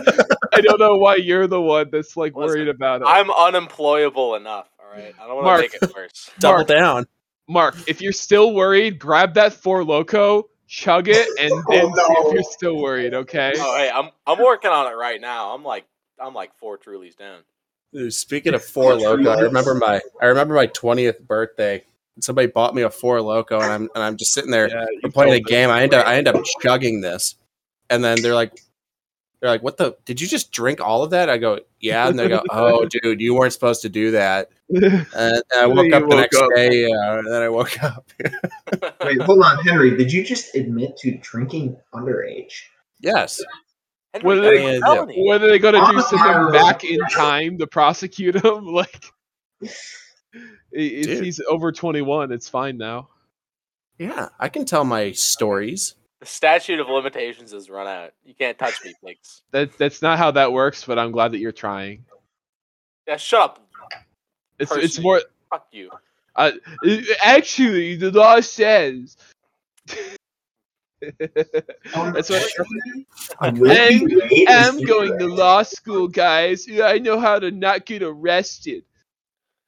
S4: I don't know why you're the one that's like
S2: Listen,
S4: worried about it.
S2: I'm unemployable enough. All right, I don't
S4: Mark.
S2: want to make it worse.
S1: Double
S4: Mark.
S1: down.
S4: Mark, if you're still worried, grab that four loco, chug it, and then see if
S3: no.
S4: you're still worried. Okay.
S2: Oh hey, I'm I'm working on it right now. I'm like I'm like four Trulies down.
S1: Ooh, Speaking of four loco, I remember my I remember my twentieth birthday. Somebody bought me a four loco, and I'm and I'm just sitting there. I'm playing a game. I end up I end up chugging this, and then they're like, they're like, "What the? Did you just drink all of that?" I go, "Yeah," and they go, "Oh, dude, you weren't supposed to do that."
S4: game.
S1: And, and I
S4: And then
S1: woke
S4: you
S1: up the
S4: woke
S1: next
S4: up.
S1: day, yeah, and then I woke up.
S3: Wait, hold on, Henry. Did you just admit to drinking underage?
S1: yes,
S2: Henry,
S4: What
S2: what
S4: did
S2: are
S4: they
S2: they
S1: do?
S4: Whether they gonna do
S3: Oh,
S4: something
S3: no.
S4: back in time to prosecute him, like i- if
S1: Dude.
S4: he's over 21, it's fine now.
S1: yeah, I can tell my stories.
S2: The statute of limitations has run out. You can't touch me, Flakes.
S4: That that's not how that works, but I'm glad that you're trying.
S2: Yeah, shut up.
S4: It's it's
S2: Person.
S4: more
S2: Fuck you.
S4: uh, i- actually the law says. That's what
S3: Will Um, you wait and
S4: I'm
S3: see
S4: going to
S3: that?
S4: law school, guys. Yeah, I know how to not get arrested.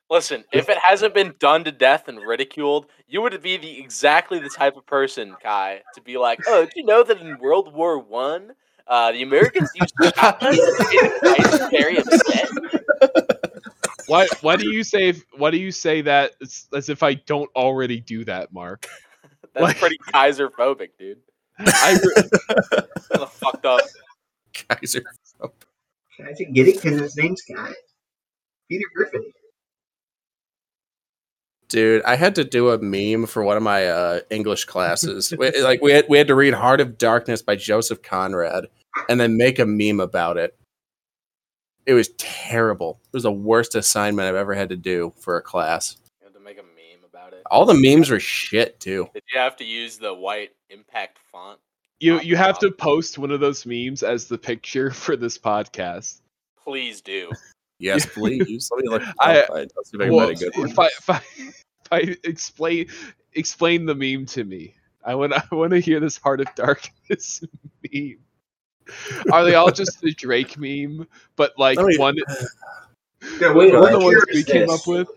S2: Listen, if it hasn't been done to death and ridiculed, you would be the exactly the type of person, Kai, to be like, "Oh, did you know that in World War One, uh, the Americans used shotguns to get the guys very upset?"
S4: Why? Why do you say? Why do you say that? It's, as if I don't already do that, Mark. Like-
S2: That's pretty Kaiser phobic, dude.
S4: I,
S2: Kind of fucked up.
S1: Guys are-
S3: Can I just get it? Because his name's Guy. Peter Griffin.
S1: Dude, I had to do a meme for one of my uh, English classes. we, like we had we had to read Heart of Darkness by Joseph Conrad, and then make a meme about it. It was terrible. It was the worst assignment I've ever had to do for a class.
S2: You had to make a meme about it.
S1: All the memes were shit too.
S2: Did you have to use the white impact font?
S4: you you have to post one of those memes as the picture for this podcast.
S2: Please do.
S1: Yes, please. Let me look. it up.
S4: I-
S1: I'll see if I can
S4: Well,
S1: find a good one.
S4: if I, if I, if I explain explain the meme to me, I want I want to hear this Heart of Darkness meme. Are they all just the Drake meme? But like
S1: Oh, yeah.
S4: one,
S3: Yeah, wait,
S4: one of
S3: what
S4: the ones
S3: year
S4: we
S3: is
S4: came
S3: this?
S4: up with.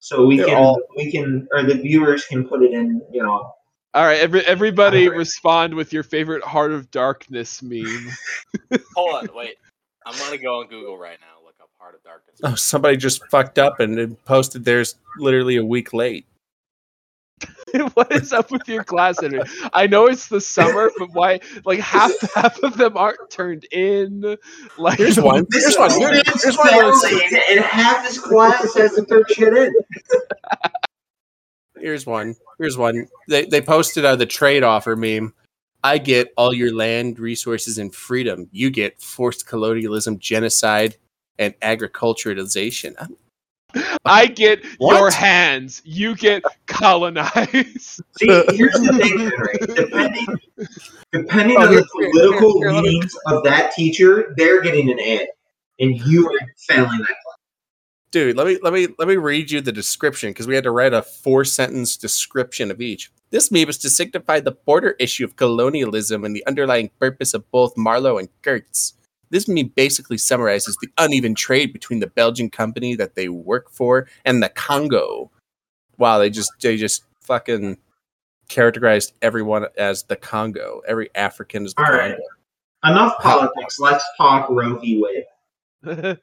S3: So we
S1: They're
S3: can
S1: all-
S3: we can or the viewers can put it in. You know,
S4: All right, every, everybody
S3: Alright.
S4: respond with your favorite Heart of Darkness meme.
S2: Hold on, wait. I'm gonna go on Google right now. and Look up Heart of Darkness.
S1: Oh, somebody just fucked up and it posted theirs literally a week late.
S4: what is up with your class? Henry? I know it's the summer, but why? Like half half of them aren't turned in. Like
S1: Here's one.
S3: this
S1: Here's one. Here-
S3: student's
S1: Here's one. that was-
S3: failing, and half his class hasn't turned shit in.
S1: Here's one. Here's one. They they posted uh, the trade offer meme. I get all your land, resources, and freedom. You get forced colonialism, genocide, and agriculturalization. I'm-
S4: I get
S1: What?
S4: your hands. You get colonized.
S3: See, here's the thing, Henry. Depending, depending
S1: Oh,
S3: on
S1: here-
S3: the
S1: here-
S3: political
S1: here, let me-
S3: leanings of that teacher, they're getting an A, and you are failing that.
S1: Dude, let me let me let me read you the description because we had to write a four sentence description of each. This meme is to signify the border issue of colonialism and the underlying purpose of both Marlowe and Kurtz. This meme basically summarizes the uneven trade between the Belgian company that they work for and the Congo. Wow, they just they just fucking characterized everyone as the Congo. Every African is the
S3: All right.
S1: Congo.
S3: Enough politics. Let's talk Roe v. Wade.
S4: enough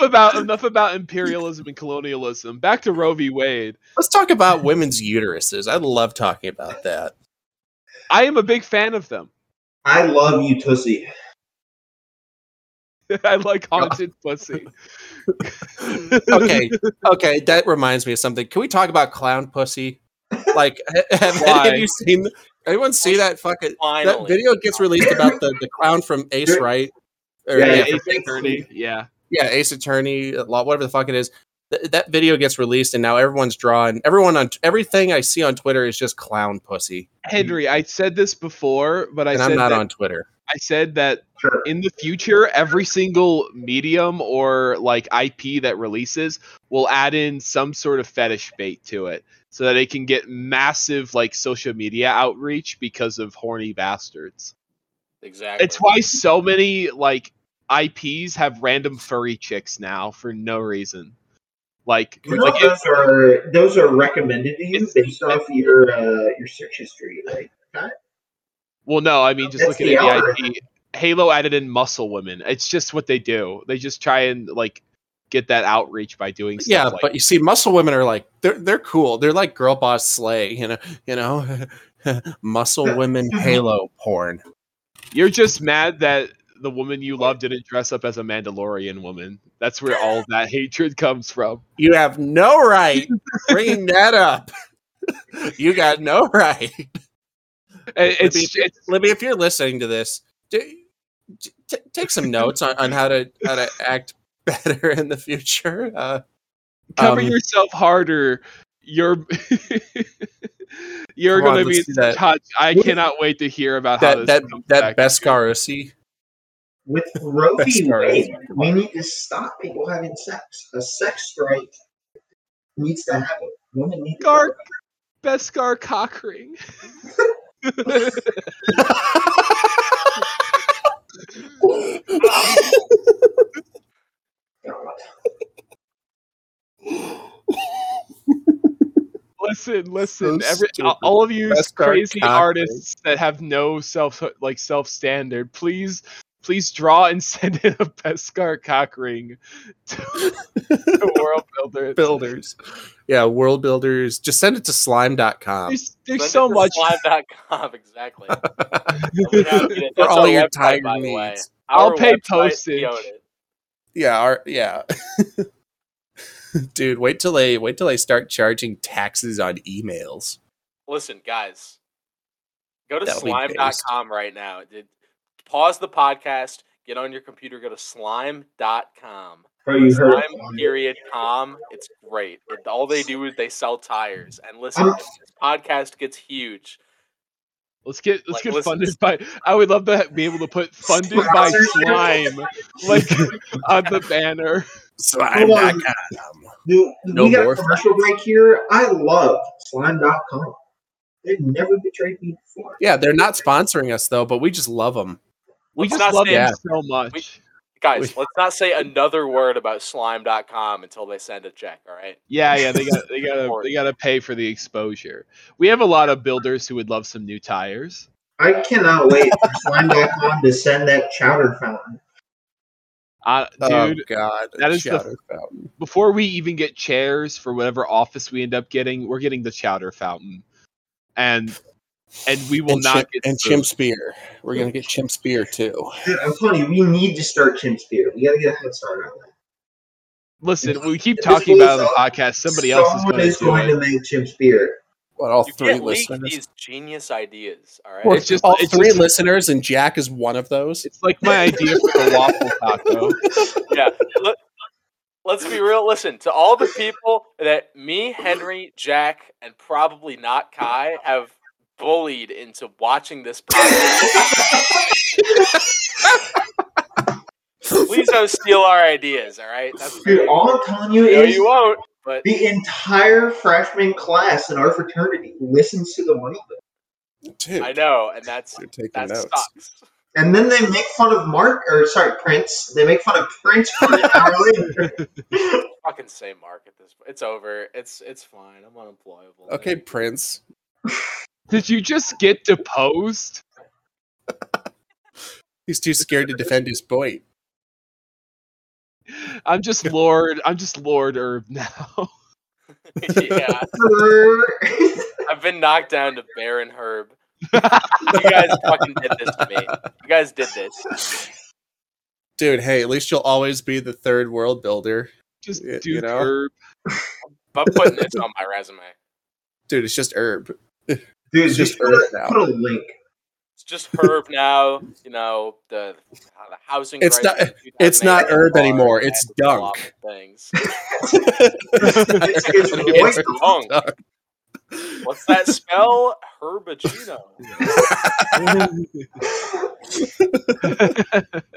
S4: about enough about imperialism and colonialism. Back to Roe v. Wade.
S1: Let's talk about women's uteruses. I love talking about that.
S4: I am a big fan of them.
S3: I love you, Tussie.
S4: I like haunted pussy.
S1: okay, okay, that reminds me of something. Can we talk about clown pussy? Like, ha- have any
S4: Why?
S1: of you seen? Anyone see that fucking
S2: Finally,
S1: that video gets released about the the clown from Ace Right? Or,
S3: Yeah,
S1: yeah,
S4: Ace
S1: from-
S4: Attorney, yeah.
S1: yeah, Ace Attorney, a lot- whatever the fuck it is. Th- that video gets released, and now everyone's drawing. Everyone on everything I see on Twitter is just clown pussy,
S4: Henry, I said this before, but I
S1: and
S4: said
S1: I'm not
S4: that,
S1: on Twitter.
S4: I said that
S3: Sure.
S4: in the future, every single medium or like IP that releases will add in some sort of fetish bait to it, so that it can get massive like social media outreach because of horny bastards.
S2: exactly.
S4: It's why so many like IPs have random furry chicks now for no reason. Like,
S3: You know
S4: like it-
S3: those are those are recommended to you
S4: It's-
S3: based off your uh, your search history, right?
S4: Well, no, I mean just
S3: That's
S4: looking
S3: the
S4: at the
S3: algorithm.
S4: IP, Halo added in muscle women. It's just what they do. They just try and like get that outreach by doing stuff
S1: Yeah,
S4: like
S1: but you see, muscle women are like they're they're cool. They're like girl boss slay, you know, you know, muscle women halo porn.
S4: you're just mad that the woman you love didn't dress up as a Mandalorian woman. That's where all that hatred comes from.
S1: You have no right bringing that up. You got no right,
S4: And It's, it's
S1: Libby. If you're listening to this, do, t- t- take some notes on, on how to how to act better in the future. Uh,
S4: cover
S1: Um,
S4: yourself harder. You're you're
S1: Come on,
S4: gonna be
S1: let's do
S4: in such
S1: that.
S4: hot. I
S1: What-
S4: cannot wait to hear about how
S1: that
S4: this
S1: that
S4: comes
S1: that
S4: back.
S1: Bescarosi.
S3: With Roe
S1: That's
S3: v.
S1: right.
S3: Wade, we need to stop people having sex. A sex strike needs to happen. Women need to
S4: Gar Beskar cockring. Listen, listen,
S1: So
S4: every,
S1: stupid.
S4: all of you
S1: Best art
S4: crazy
S1: cock
S4: artists that have no self like self standard, please, please draw and send in a Beskar cock ring to the world builder.
S1: builders. Yeah, world builders. Just send it to slime.com.
S4: There's,
S2: Send
S4: there's
S2: it
S4: so
S2: to
S4: much.
S2: Slime.com, exactly. We have it.
S1: for
S2: That's
S1: all
S2: our
S1: your
S2: website,
S1: tiger
S2: by the way.
S1: needs.
S4: I'll
S2: Our
S4: pay
S2: website, we own
S4: postage.
S2: it.
S1: Yeah, our, yeah. Dude, wait till they wait till they start charging taxes on emails.
S2: Listen, guys, go to
S1: That'll be based.
S2: slime.com right now. Did- Pause the podcast, get on your computer, go to slime.com.
S3: Bro, you heard it.
S2: Slime period com. It's great. It, all they do is they sell tires. And listen,
S3: I'm-
S2: if this podcast gets huge.
S4: Let's get let's
S2: Like,
S4: get
S2: listen.
S4: funded by. I would love to be able to put funded by
S3: Sponsors.
S4: slime like on the banner.
S1: Slime.com.
S3: Dude,
S1: No
S3: we got
S1: more.
S3: a commercial break here. I love slime.com. They've never betrayed me before.
S1: Yeah, they're not sponsoring us though, but we just love them.
S4: We
S2: Let's
S4: just
S2: not
S4: love
S2: say-
S4: them
S1: Yeah.
S4: so much.
S2: Guys,
S1: We-
S2: let's not say another word about slime.com until they send a check, all right?
S4: Yeah, yeah, they got they got to
S2: Important.
S4: they got to pay for the exposure. We have a lot of builders who would love some new tires.
S3: I cannot wait for slime.com to send that chowder fountain.
S4: Uh,
S1: oh
S4: dude,
S1: God,
S4: that is the-
S1: Chowder fountain.
S4: before we even get chairs for whatever office we end up getting, we're getting the chowder fountain, and and we will
S1: and
S4: not
S1: chimp,
S4: get
S1: and
S4: food.
S1: chimp spear. We're gonna get chimp spear too.
S3: Dude, I'm telling you, we need to start Chimp Spear. We gotta get a head start on that.
S4: Listen, we keep
S3: This
S4: talking about it on
S3: goes
S4: the podcast. Somebody else is
S3: Someone
S4: going to do it.
S3: make Chimp Spear.
S1: What all
S2: You
S1: three
S2: can't leak
S1: listeners?
S2: these genius ideas, all right?
S1: Well,
S4: It's just-
S1: all
S4: it's
S1: three
S4: just-
S1: listeners, and Jack is one of those.
S4: It's like my idea for the waffle taco.
S2: yeah. Let, us be real. Listen to all the people that me, Henry, Jack, and probably not Kai have bullied into watching this podcast. Please don't steal our ideas, all right? That's
S3: Dude,
S2: great.
S3: all I'm telling you
S2: No,
S3: is
S2: you won't. But
S3: the entire freshman class in our fraternity listens to the money. Pit.
S1: Dude,
S2: I know, and that's
S1: You're taking
S2: that
S1: notes.
S2: sucks.
S3: And then they make fun of Mark, or sorry, Prince. They make fun of Prince for an hour later.
S2: Fucking say Mark at this point. It's over. It's it's fine. I'm unemployable.
S1: Okay, Prince.
S4: Did you just get deposed?
S1: He's too scared to defend his point.
S4: I'm just Lord. I'm just Lord Herb now.
S2: yeah, I've been knocked down to Baron Herb. you guys fucking did this to me. You guys did this.
S1: Dude, hey, at least you'll always be the third world builder.
S4: Just
S1: You- you
S4: Duke
S1: know?
S4: Herb.
S2: I'm putting this on my resume.
S1: Dude, it's just herb.
S3: Dude,
S1: It's
S3: just
S1: just
S3: put a,
S1: Earth now.
S3: put a link.
S2: It's just Herb now. You know the, the housing.
S1: It's
S2: crisis
S1: not-
S2: of 2008
S1: it's not Herb
S2: bar
S1: anymore, it's
S2: and a lot
S1: Dunk.
S2: of Things.
S3: It's, it's
S2: It's
S3: Roy
S2: Dunk. What's that spell? Herbagino.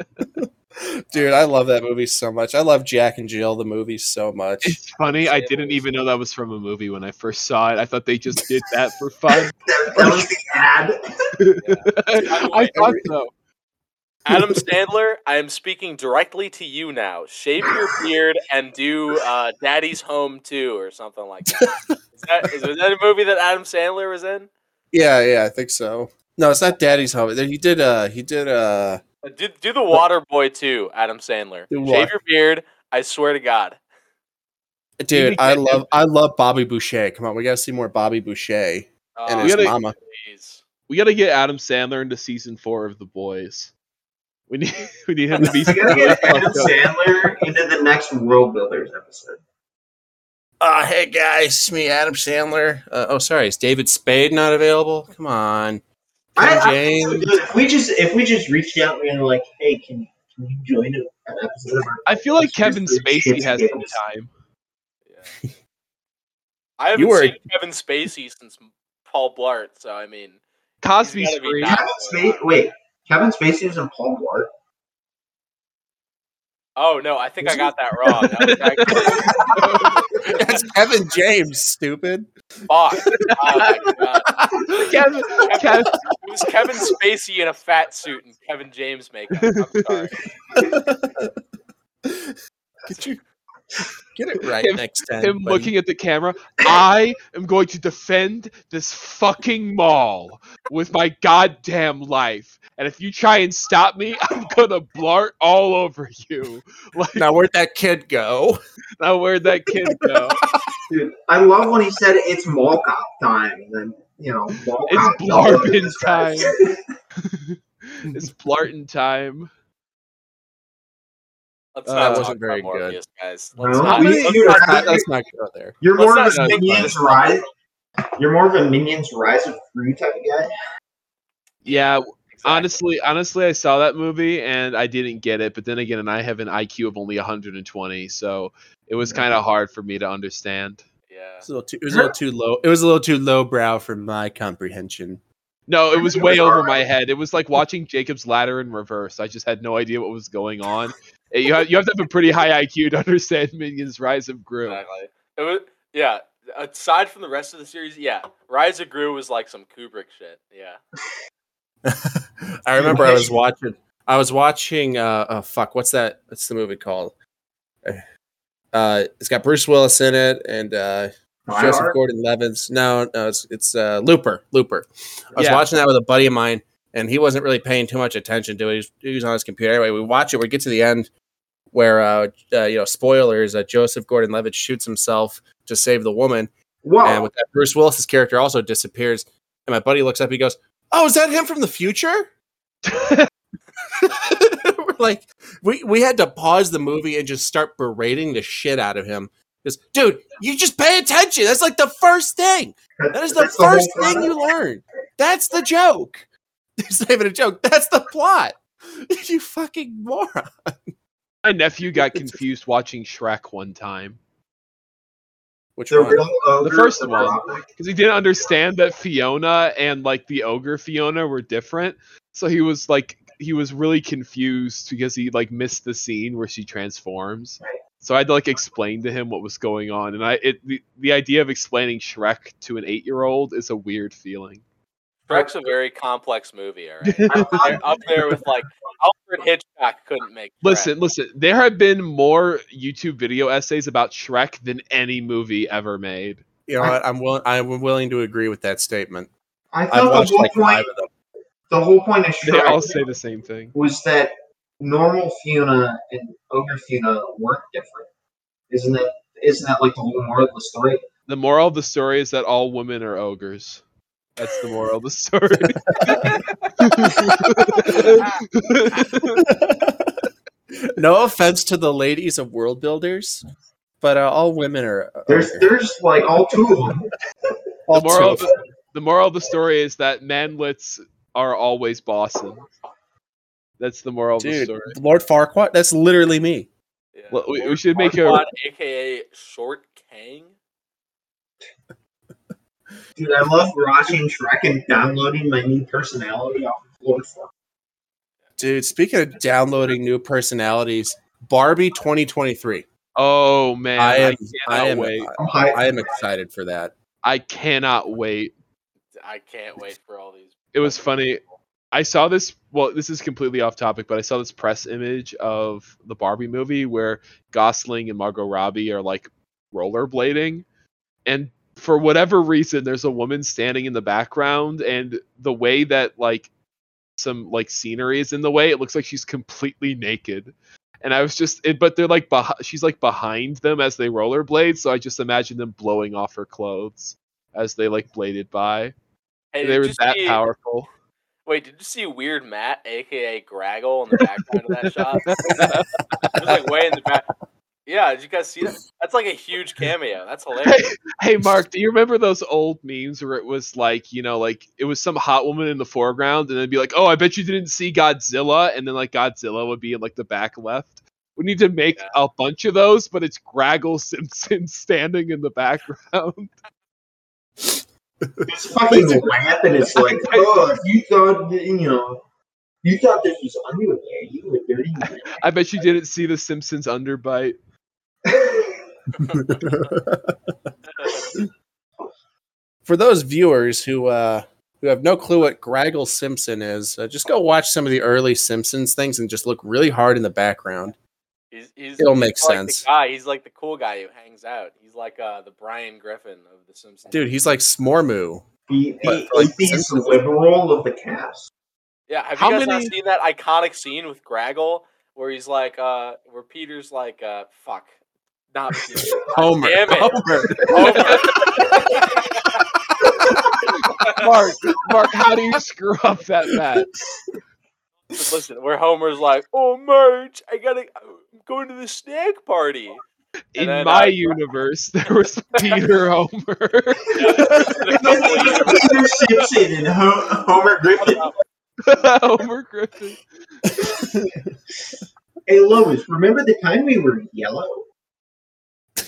S1: Dude, I love that movie so much. I love Jack and Jill, the movie, so much.
S4: It's funny. I didn't even know that was from a movie when I first saw it. I thought they just did that for fun.
S3: That, that was the ad.
S4: I thought so.
S2: Adam Sandler, I am speaking directly to you now. Shave your beard and do uh, Daddy's Home 2 or something like that. Is that is, was that a movie that Adam Sandler was in?
S1: Yeah, yeah, I think so. No, it's not Daddy's Home. He did uh he did uh
S2: Uh, Do, do the Water Boy 2, Adam Sandler.
S1: Do
S2: Shave
S1: what?
S2: your beard. I swear to God.
S1: dude, I love I love Bobby Boucher. Come on, we gotta see more Bobby Boucher and
S2: Oh,
S1: his
S4: gotta-
S1: mama.
S2: jeez.
S4: We got to get Adam Sandler into season four of The Boys. We need we need him to be.
S3: I gotta
S4: really
S3: get Adam
S4: fucked up.
S3: Sandler into the next World Builders episode.
S1: Uh hey guys, it's me, Adam Sandler. Uh, oh sorry, is David Spade not available? Come on.
S3: I-
S1: Kevin
S3: I-
S1: James.
S3: Dude, if we just if we just reached out and were like, hey, can can you join a- an episode? of our
S4: I feel like
S3: podcast?
S4: Kevin
S3: Just for
S4: Spacey
S3: shits
S4: has
S3: and
S4: some
S3: giggles."
S4: time.
S2: Yeah. I haven't
S1: You were-
S2: seen Kevin Spacey since Paul Blart, so I mean,
S4: Cosby's
S2: gotta be
S4: free.
S2: down.
S3: Kevin Spacey. Wait, Kevin Spacey was in Paul Blart.
S2: oh no, I think I got that wrong. That was actually-
S1: That's Kevin James, stupid.
S2: Fuck. Oh my God.
S4: Kevin, Kevin,
S2: It was Kevin Spacey in a fat suit and Kevin James makeup. I'm sorry.
S1: Get you get it right
S4: Him-
S1: next time.
S4: him
S1: buddy.
S4: looking at the camera. I am going to defend this fucking mall with my goddamn life. And if you try and stop me, I'm gonna blart all over you. Like
S1: now where'd that kid go?
S4: now, where'd that kid go?
S3: Dude, I love when he said it's mall cop time. And then you know, mall
S4: It's
S3: cop
S4: Blarpin
S3: does.
S4: time. it's blarting time.
S2: Let's
S1: Uh,
S2: not
S1: that
S2: talk
S1: wasn't very
S2: about Morbius,
S1: good.
S2: guys.
S3: No,
S2: Let's
S4: How
S2: not.
S4: many-
S2: Let's
S3: we-
S2: not-
S3: you're,
S1: Let's not, let's not go there.
S3: you're
S2: let's
S3: more
S2: not
S3: of a
S2: think about
S3: minions
S2: this.
S3: rise. You're more of a minions rise of free type of guy.
S4: Yeah,
S2: Exactly.
S4: honestly, honestly, I saw that movie and I didn't get it. But then again, and I have an IQ of only 120, so it was kind of hard for me to understand.
S2: yeah.
S1: It was a little too, it was a little too low. It was a little too lowbrow for my comprehension.
S4: No, it was way over my head. It was like watching Jacob's Ladder in reverse. I just had no idea what was going on. Eh, You have, you have to have a pretty high IQ to understand Minions: Rise of Gru.
S2: Exactly. It was, yeah. Aside from the rest of the series, yeah, Rise of Gru was like some Kubrick shit. Yeah.
S1: I remember I was watching. I was watching. Uh, oh fuck, what's that? What's the movie called? Uh, it's got Bruce Willis in it and uh,
S3: Fine
S1: Joseph
S3: art?
S1: Gordon-Levitt's. No, no, it's, it's uh, Looper. Looper. I was
S4: Yeah.
S1: watching that with a buddy of mine, and he wasn't really paying too much attention to it. He was, he was on his computer. Anyway, we watch it. We get to the end where uh, uh, you know spoilers. Uh, Joseph Gordon-Levitt shoots himself to save the woman, and
S3: Whoa!
S1: with that, Bruce Willis's character also disappears. And my buddy looks up. He goes, "Oh, is that him from the future?" We're like, we we had to pause the movie and just start berating the shit out of him. Just, dude, you just pay attention. That's like the first thing. That is the
S3: That's whole
S1: first thing
S3: product?
S1: you learn. That's the joke. It's not even a joke. That's the plot. you fucking moron.
S4: My nephew got confused watching Shrek one time
S1: Which
S3: The
S1: one?
S3: real ogre,
S4: first
S3: the
S4: one.
S3: Robin.
S4: because he didn't understand that Fiona and like the ogre Fiona were different. So he was like he was really confused because he like missed the scene where she transforms.
S3: Right.
S4: So I had to like explain to him what was going on, and I it the, the idea of explaining Shrek to an eight year old is a weird feeling.
S2: Shrek's a very complex movie, all right? They're up there with like Alfred Hitchcock couldn't make. Shrek.
S4: Listen, listen. There have been more YouTube video essays about Shrek than any movie ever made.
S1: You know what? I'm willing. I'm willing to agree with that statement.
S3: I
S1: I've
S3: thought the
S1: watched
S3: whole
S1: like five
S3: point,
S1: of them.
S3: the whole point of
S4: They all
S3: Shrek
S4: say the same thing.
S3: was that normal Fiona and ogre Fiona weren't different. Isn't that isn't that like the whole moral of the story?
S4: The moral of the story is that all women are ogres. That's the moral of the story.
S1: no offense to the ladies of world builders, but uh, all women are.
S3: There's there's like all two of them.
S1: all
S4: the moral of
S1: two.
S4: the, the moral of the story is that manlets are always bossing. That's the moral of the
S1: Dude,
S4: story.
S1: Lord Farquaad. That's literally me.
S2: Yeah.
S4: Well, we- we
S2: Lord
S4: should make a-
S2: Farquaad, aka Short Kang.
S3: Dude, I love watching Shrek and downloading my new personality off of Lord Farquaad.
S1: Dude, speaking of downloading new personalities, Barbie 2023.
S4: Oh man,
S1: I
S4: I,
S1: am. I
S4: cannot
S1: am. uh,
S4: wait.
S3: I'm hyped.
S1: I am excited for that.
S4: I cannot wait.
S2: I can't wait for all these.
S4: It was funny. I saw this. Well, this is completely off topic, but I saw this press image of the Barbie movie where Gosling and Margot Robbie are like rollerblading, and for whatever reason, there's a woman standing in the background, and the way that like some like scenery is in the way, it looks like she's completely naked. And I was just, it, but they're like, beh- she's like behind them as they rollerblade, so I just imagine them blowing off her clothes as they like bladed by.
S2: Hey,
S4: They
S2: did
S4: were
S2: you
S4: that
S2: see-
S4: powerful.
S2: Wait, did you see Weird Matt, aka Graggle, in the background of that shot? It was like way in the back. Yeah, did you guys see that? That's like a huge cameo. That's hilarious.
S4: Hey Mark, do you remember those old memes where it was like, you know, like it was some hot woman in the foreground and then be like, "Oh, I bet you didn't see Godzilla," and then like Godzilla would be in like the back left. We need to make
S2: Yeah.
S4: a bunch of those, but it's Graggle Simpson standing in the background.
S3: It's fucking whap and it's like, oh, if you thought that, you know, you thought this was underwear, you were dirty. man."
S4: I bet you didn't see the Simpsons underbite.
S1: For those viewers who uh, who have no clue what Graggle Simpson is, uh, just go watch some of the early Simpsons things and just look really hard in the background.
S2: He's, he's,
S1: It'll make
S2: he's like
S1: sense.
S2: The guy, he's like the cool guy who hangs out. He's like uh, the Brian Griffin of The Simpsons.
S1: Dude, he's like Smormu.
S3: the the
S1: But, like,
S3: 80s
S1: Simpsons-
S3: liberal of the cast.
S2: Yeah, have
S4: How
S2: you guys
S4: many-
S2: not seen that iconic scene with Graggle where he's like, uh, where Peter's like, uh, fuck, not Peter.
S1: Homer.
S2: Damn it.
S1: Homer.
S2: Homer.
S4: Mark, Mark, how do you screw up that bad?
S2: Just Listen, where Homer's like, oh, merch, I gotta, I'm going to the snack party.
S4: In
S2: then,
S4: my
S2: uh,
S4: universe, there was Peter Homer.
S3: Peter Simpson and Ho- Homer Griffin.
S4: Homer Griffin.
S3: Hey, Lois, remember the time we were yellow?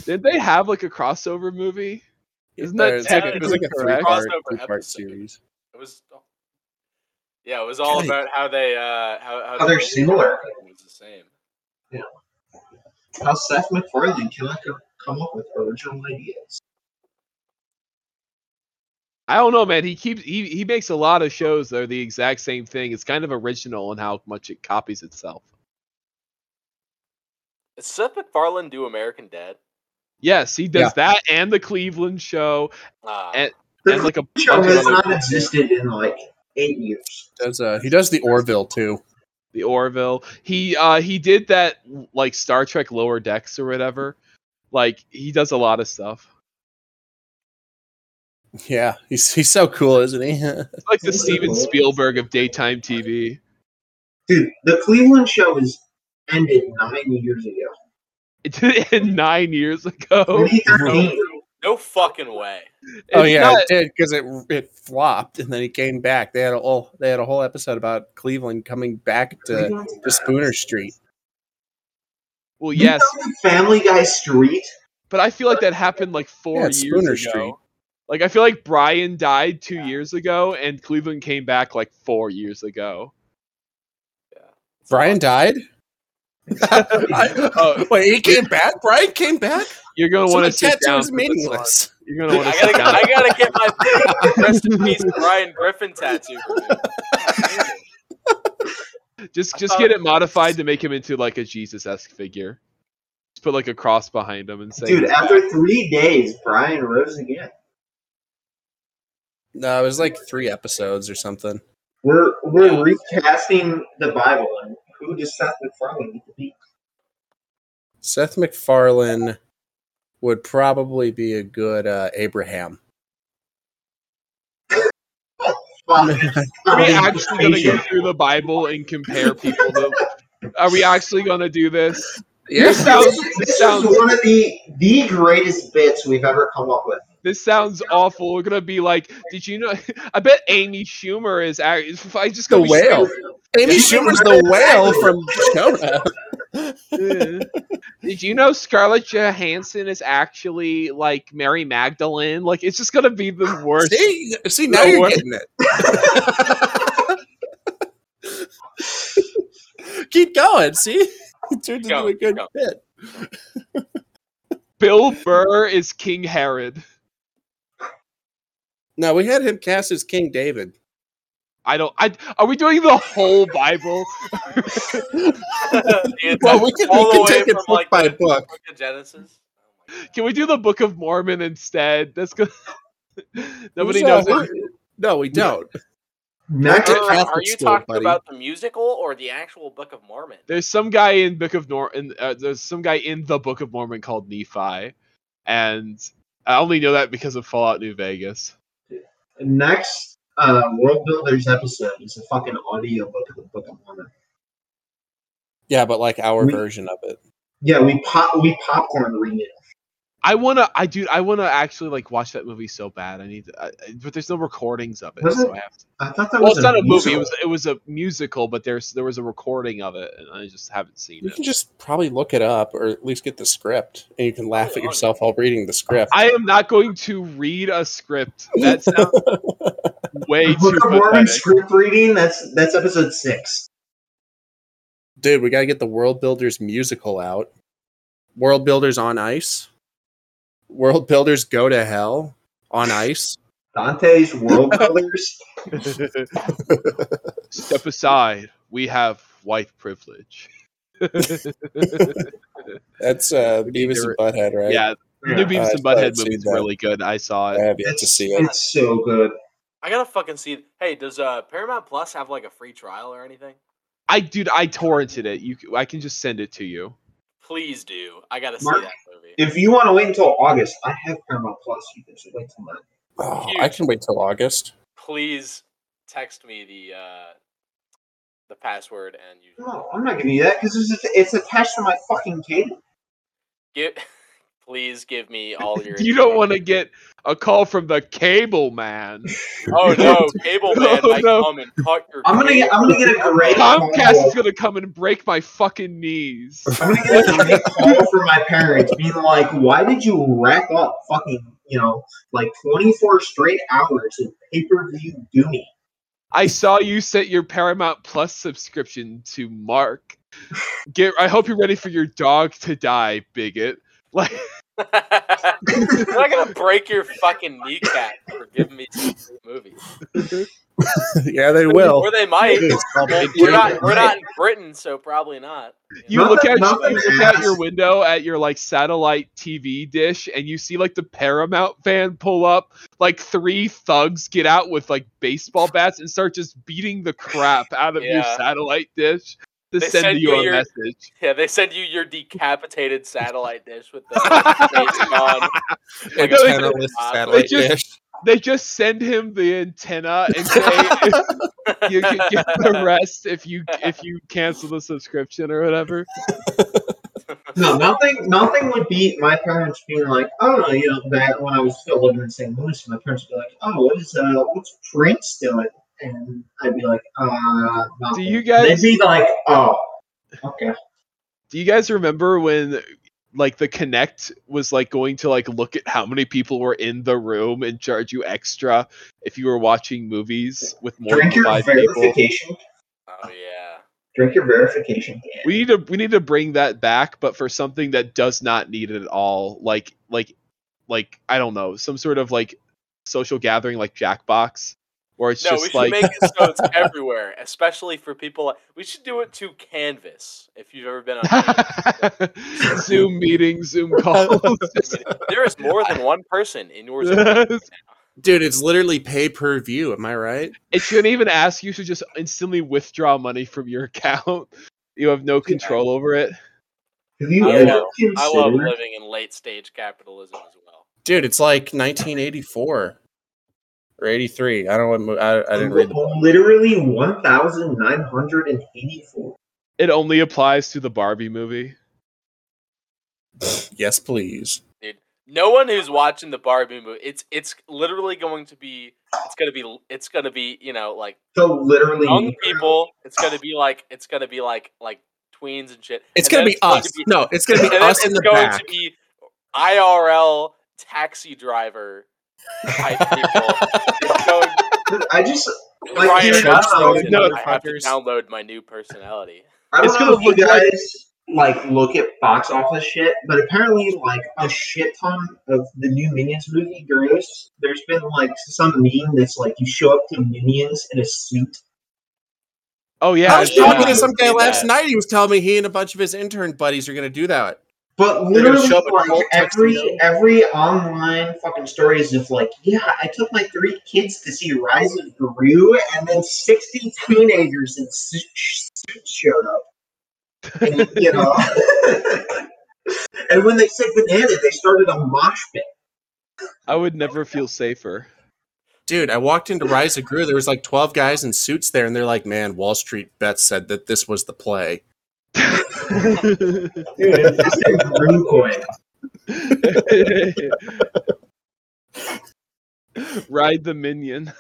S4: Did they have like a crossover movie? Isn't that
S1: Uh, it's like a- it was like a
S4: technically
S1: three part,
S2: correct? Crossover
S1: three part
S2: episode.
S1: series.
S2: It was, yeah, it was all
S1: God.
S2: about how they, uh, how, how,
S3: How they're
S2: they-
S3: similar.
S2: It was the same.
S3: How Seth MacFarlane cannot co- come up with original ideas.
S4: I don't know, man. He keeps he, he makes a lot of shows that are the exact same thing. It's kind of original in how much it copies itself.
S2: Does Seth MacFarlane do American Dad?
S4: Yes, he does that and the Cleveland show
S2: Uh,
S4: And-
S3: The
S4: and like a
S3: show
S4: bunch of
S3: has
S4: other-
S3: not existed in like eight years.
S1: Does uh, he does the Orville too?
S4: the Orville. He uh he did that like Star Trek Lower Decks or whatever. Like he does a lot of stuff.
S1: Yeah, he's he's so cool, isn't he?
S4: It's like the Steven Spielberg of daytime TV.
S3: Dude, the Cleveland show was ended nine years ago.
S4: It did it nine years ago.
S3: 2013.
S2: no fucking way.
S1: oh
S4: It's
S1: yeah,
S4: not-
S1: it did because it it flopped and then he came back. They had a whole they had a whole episode about Cleveland coming back to,
S3: Cleveland's
S1: to Spooner Street.
S4: well,
S3: You know
S4: yes,
S3: the Family Guy Street.
S4: but I feel like that happened like
S1: Yeah,
S4: four
S1: it's
S4: years
S1: Spooner
S4: ago.
S1: Street.
S4: Like I feel like Brian died two years ago, and Cleveland came back like four years ago.
S1: Brian died.
S4: Oh.
S1: Wait, he came back. Brian came back.
S4: You're gonna
S1: So
S4: want
S1: my
S4: to sit
S1: tattoo
S4: down.
S1: is
S4: for this one.
S1: meaningless.
S4: You're gonna
S2: I
S4: want to sit
S2: gotta,
S4: down.
S2: I gotta get my rest in peace Brian Griffin tattoo. removed.
S4: Just
S2: I
S4: just
S2: thought-
S4: get it modified to make him into like a Jesus esque figure. Just put like a cross behind him and say,
S3: Dude, after three days, Brian rose again.
S1: No, it was like three episodes or something.
S3: We're we're recasting the Bible, and who does Seth MacFarlane need to be?
S1: Seth MacFarlane would probably be a good uh, Abraham.
S3: Fuck.
S4: "Are we
S3: I'm
S4: actually gonna go
S3: impatient.
S4: through the Bible and compare people? To, are we actually gonna do this?
S1: Yeah,
S3: This,
S4: sounds-
S3: is,
S4: this
S3: this
S4: sounds-
S3: is one of the the greatest bits we've ever come up with.
S4: This sounds awful. We're gonna be like, did you know? I bet Amy Schumer is. act- I just
S1: the
S4: gonna be saying
S1: whale. Amy Schumer's the whale from Jonah.
S4: Did you know Scarlett Johansson is actually like Mary Magdalene? Like it's just gonna be the worst.
S1: See, see, now
S4: The
S1: you're
S4: whale.
S1: getting it. Keep going. See, it turned into a
S2: Going,
S1: good
S2: going.
S1: bit.
S4: Bill Burr is King Herod.
S1: No, we had him cast as King David.
S4: I don't. I are we doing the whole Bible?
S2: The
S1: Well, we can,
S2: all
S1: we
S2: the
S1: can
S2: way
S1: take it
S2: from,
S1: book
S2: like,
S1: by
S2: the-
S1: book.
S2: Book of Genesis. Oh my God.
S4: Can we do the Book of Mormon instead? That's good. Nobody
S1: Who's,
S4: knows.
S1: uh,
S4: it.
S1: who- No, we don't.
S3: Mac-
S1: Did
S2: Are,
S1: Catholic
S2: are you
S1: school,
S2: talking
S1: buddy.
S2: about the musical or the actual Book of Mormon?
S4: There's some guy in Book of Nor. In, uh, there's some guy in the Book of Mormon called Nephi, and I only know that because of Fallout New Vegas.
S3: Next uh, World Builders episode is a fucking audio book of the Book of Mormon.
S1: Yeah, but like our
S3: We-
S1: version of it.
S3: Yeah, we pop we popcorn read it.
S4: I wanna, I dude, I wanna actually like watch that movie so bad. I need, to, I, I- but there's no recordings of it,
S3: Was
S4: so
S3: it?
S4: I have to.
S3: I thought that
S4: Well,
S3: was
S4: it's not a movie.
S3: musical.
S4: It was, it was a musical, but there's there was a recording of it, and I just haven't seen
S1: You
S4: it.
S1: can just probably look it up or at least get the script and you can laugh at yourself while reading the script.
S4: I am not going to read a script. That sounds way
S3: The
S4: too
S3: Book of Mormon
S4: pathetic.
S3: script reading. That's that's episode six.
S1: Dude, we got to get the World Builders musical out. World Builders on Ice. World Builders Go to Hell on Ice.
S3: Dante's World Builders.
S4: Step aside. We have white privilege.
S1: That's uh, Beavis and Butthead, right?
S4: Yeah, the new Beavis
S1: I
S4: and
S1: thought I'd
S4: Butthead movie
S1: seen
S4: is
S1: that.
S4: really good. I saw
S1: I
S4: it.
S1: have yet to see it.
S3: It's so good.
S2: I gotta fucking see. Hey, does uh, Paramount Plus have like a free trial or anything?
S4: I dude, I torrented it. You, c- I can just send it to you.
S2: Please do. I gotta see
S3: Mark,
S2: that movie.
S3: If you want to wait until August, I have Paramount Plus. You can just wait till then.
S1: Oh, I can wait till August.
S2: Please text me the uh, the password and you
S3: No, I'm not giving you that because it's, it's attached to my fucking cable.
S2: give. Please give me all your.
S4: You don't want to get a call from the cable man.
S2: Oh no, cable man
S4: Oh,
S2: might
S4: no.
S2: come and cut your.
S3: I'm gonna get. I'm gonna get a great.
S4: Comcast
S3: call.
S4: is gonna come and break my fucking knees.
S3: I'm gonna get a great call from my parents, being like, "Why did you rack up fucking you know like 24 straight hours of pay per view dooney?"
S4: I saw you sent your Paramount Plus subscription to Mark. Get. I hope you're ready for your dog to die, bigot. Like
S2: I'm not gonna break your fucking kneecap for give me some great movies.
S1: yeah, they will.
S2: Or they might.
S5: It's called Big
S2: We're
S5: Jim.
S2: not we're not in Britain, so probably not.
S4: You
S3: Not
S4: look
S3: that-
S4: at you
S3: not that
S4: look out
S3: ass.
S4: your window at your like satellite TV dish, and you see like the Paramount van pull up. Like three thugs get out with like baseball bats and start just beating the crap out of your
S2: Yeah.
S4: satellite dish to
S2: They
S4: send
S2: send
S4: you
S2: you
S4: a
S2: your-
S4: message.
S2: Yeah, they send you your decapitated satellite dish with the face on.
S1: Like
S4: No, it's-
S1: antenna-less
S2: uh,
S1: satellite
S4: it just-
S1: dish.
S4: They just send him the antenna and say you can get the rest if you if you cancel the subscription or whatever.
S3: No, nothing. Nothing would beat my parents being like, "Oh, you know that." When I was still living in St. Louis, my parents would be like, "Oh, what is uh, what's Prince doing?" And I'd be like, "Uh, nothing."
S4: you
S3: And
S4: guys-
S3: They'd be like, "Oh, okay."
S4: Do you guys remember when like the Connect was like going to like look at how many people were in the room and charge you extra if you were watching movies with more
S3: Drink
S4: than
S3: your
S4: five people?
S3: verification.
S2: Oh yeah.
S3: Drink your verification. Dan.
S4: We need to we need to bring that back, but for something that does not need it at all, like like like I don't know, some sort of like social gathering like Jackbox, where it's
S2: No, we
S4: just
S2: should
S4: like
S2: make it so it's everywhere, especially for people. Like, we should do it to Canvas. If you've ever been on, Canvas.
S4: Zoom meetings, Zoom calls. just-
S2: there is more than one person in yours.
S1: Dude, it's literally pay per view. Am I right?
S4: It shouldn't even ask you to just instantly withdraw money from your account. You have no control over it.
S3: Have you
S2: I
S3: ever
S2: love-
S3: considered?
S2: I love living in late stage capitalism as well.
S1: Dude, it's like 1984 or 83. I don't. know what mo- I, I didn't read the book.
S3: Literally one thousand nine hundred and eighty-four.
S4: It only applies to the Barbie movie.
S1: Yes, please.
S2: No one who's watching the Barbie movie, it's it's literally going to be, it's gonna be, it's gonna be, you know, like
S3: So literally,
S2: young people. It's gonna be like, it's gonna be like, like tweens and shit.
S1: It's
S2: and
S1: gonna
S2: then
S1: be us. no, it's gonna be
S2: and then
S1: us in
S2: it's
S1: the
S2: going
S1: back.
S2: to be IRL taxi driver type people. It's going
S3: I just like
S2: Ryan
S3: you know,
S2: Johnson,
S4: no,
S2: I have to
S1: fuckers.
S2: download my new personality.
S3: I
S4: It's
S3: don't know
S4: gonna
S3: if you
S4: look like-
S3: guys like, look at box office shit, but apparently, like a shit ton of the new Minions movie, there's there's been like some meme that's like you show up to Minions in a suit.
S4: Oh yeah,
S1: I was
S4: yeah.
S1: talking to some guy
S2: Yeah.
S1: last night. He was telling me he and a bunch of his intern buddies are gonna do that.
S3: But
S1: They're gonna
S3: literally,
S1: show up in full
S3: like every
S1: tuxedo.
S3: every online fucking story is just like, yeah, I took my three kids to see Rise of Gru, and then sixty teenagers in suits suits showed up, and, you know. and when they said banana, they started a mosh pit.
S4: I would never feel safer.
S1: Dude, I walked into Rise of Gru. There was like 12 guys in suits there, and they're like, "Man, Wall Street Bet said that this was the play."
S3: Dude, it's just a Gru coin.
S4: Ride the minion.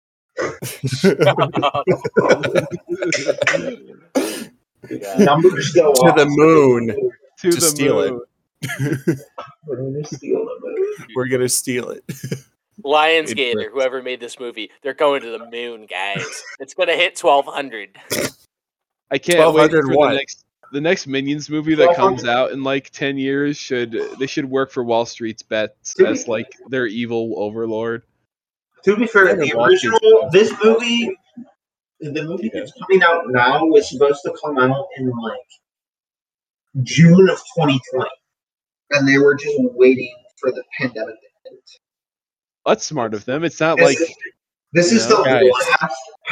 S4: to
S2: Yeah.
S3: Numbers go
S1: To
S3: up.
S1: the moon.
S4: the
S1: steal it.
S4: moon.
S3: We're gonna steal the
S1: We're gonna steal it.
S2: Lions
S1: It
S2: Gator,
S1: works.
S2: whoever made this movie, they're going to the moon, guys. It's gonna hit twelve hundred.
S4: I can't wait for
S1: 1200 what?
S4: the next the next Minions movie that comes out in like ten years should they should work for Wall Street's bets
S3: Did we-
S4: as like their evil overlord.
S3: To be fair, the
S1: Yeah, Walsh is-
S3: original this movie, the movie that's coming out now was supposed to come out in like June of 2020, and they were just waiting for the pandemic. to end.
S4: That's smart of them. It's not
S3: This
S4: like
S3: is, this is
S4: Yeah.
S3: the
S1: Guys.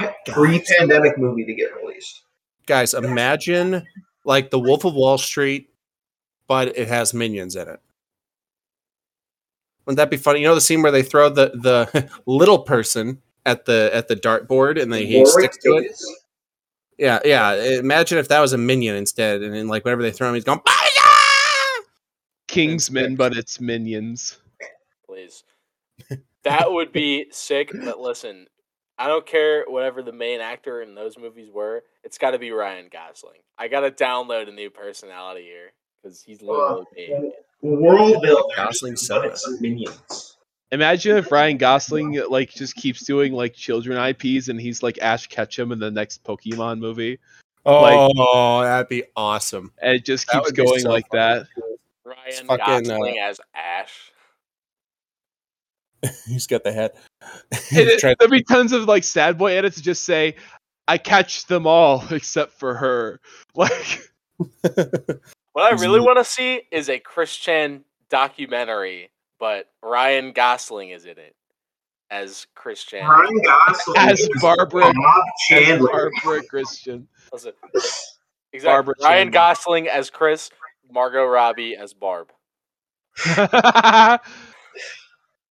S3: last pre-pandemic movie to get released.
S1: Guys, imagine like The Wolf of Wall Street, but it has minions in it. Wouldn't that be funny? You know the scene where they throw the the little person at the at the dartboard and then he
S3: Warwick
S1: sticks to it.
S3: Davis.
S1: Yeah, yeah. Imagine if that was a minion instead, and then like whenever they throw him, he's going. "Booyah!"
S4: Kingsman, but it's minions.
S2: Please. That would be sick, but listen, I don't care whatever the main actor in those movies were, it's gotta be Ryan Gosling. I gotta download a new personality here. Because he's literally me.
S3: World building,
S1: Gosling
S3: but
S1: soda.
S3: it's minions.
S4: Imagine if Ryan Gosling like just keeps doing like children IPs and he's like Ash Ketchum in the next Pokemon movie Like-
S1: Oh, that'd be awesome.
S4: and it just
S1: That
S4: keeps
S1: would be
S4: going
S1: so
S4: like
S1: fucking
S4: that.
S1: cool.
S2: Ryan
S1: fucking, uh,
S2: Gosling as Ash.
S1: He's got the hat.
S4: And it-
S1: Try-
S4: there'd be tons of like sad boy edits that just say, "I catch them all except for her." Like,
S2: What I
S1: Is
S2: really
S1: it-
S2: want to see is a Christian documentary, but Ryan Gosling is in it as Christian.
S3: Ryan Gosling
S4: As
S3: is
S4: Barbara-
S3: Bob Chandler.
S4: Barbara Christian.
S2: Listen,
S4: Barbara
S2: exactly. Ryan
S4: Chandler.
S2: Gosling as Chris, Margot Robbie as Barb.
S4: that's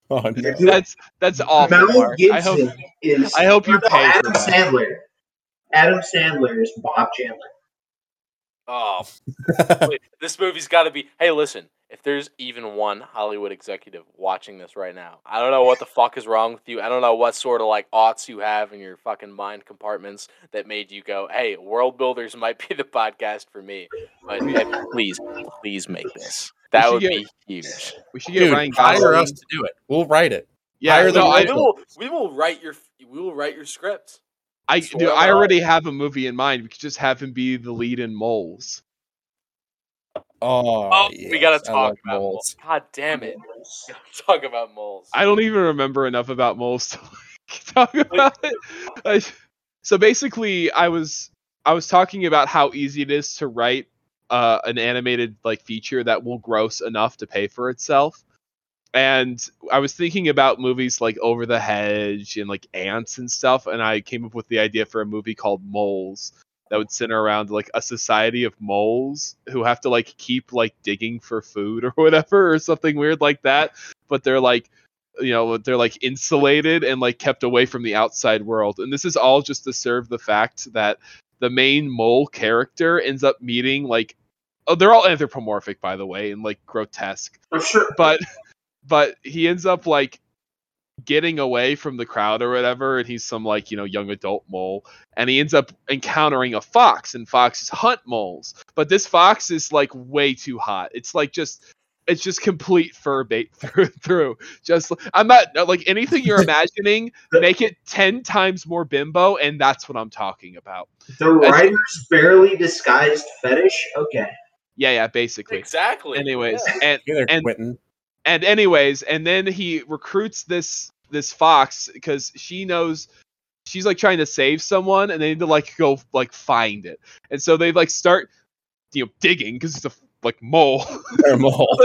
S1: Oh, no.
S4: that's awful.
S3: Mel
S4: Mark. I hope
S3: Gibson is.
S4: I hope you
S3: no,
S4: pay for
S3: Adam
S4: that.
S3: Sandler. Adam Sandler is Bob Chandler.
S2: Oh, wait, this movie's got to be. Hey, listen, if there's even one Hollywood executive watching this right now, I don't know what the fuck is wrong with you. I don't know what sort of like aughts you have in your fucking mind compartments that made you go, "Hey, World Builders might be the podcast for me." But hey, please, please make this. That
S4: should
S2: would
S4: get-
S2: be huge.
S4: we should get Ryan
S1: Dude, hire
S4: Gosling.
S1: us to do it. We'll write it.
S4: Yeah,
S1: hire the
S4: no, I,
S2: we will. We will write your. We will write your script.
S4: I,
S2: Sure.
S4: dude, I already have a movie in mind. We could just have him be the lead in Moles.
S1: Oh,
S2: Oh, we
S1: yes,
S2: gotta
S1: I love
S2: talk about moles.
S1: moles.
S2: God damn it! We gotta talk about moles.
S4: I don't even remember enough about moles to like, talk about it. Like, so basically, I was I was talking about how easy it is to write uh, an animated like feature that will gross enough to pay for itself. And I was thinking about movies like Over the Hedge and like Ants and stuff, and I came up with the idea for a movie called Moles that would center around like a society of moles who have to like keep like digging for food or whatever or something weird like that. But they're like you know they're like insulated and like kept away from the outside world and this is all just to serve the fact that the main mole character ends up meeting like oh they're all anthropomorphic by the way and like grotesque
S3: For sure.
S4: but but he ends up like getting away from the crowd or whatever and he's some like you know young adult mole and he ends up encountering a fox and foxes hunt moles but this fox is like way too hot it's like just it's just complete fur bait through and through just i'm not no, like anything you're imagining make it 10 times more bimbo and that's what i'm talking about
S3: The writer's barely disguised fetish. Okay.
S4: yeah yeah basically
S2: exactly.
S4: anyways
S2: yeah.
S4: and
S1: You're there,
S4: And-
S1: Quentin.
S4: and anyways and then he recruits this this fox because she knows she's like trying to save someone and they need to like go like find it and so they like start you know digging because it's a like mole
S1: They're a mole.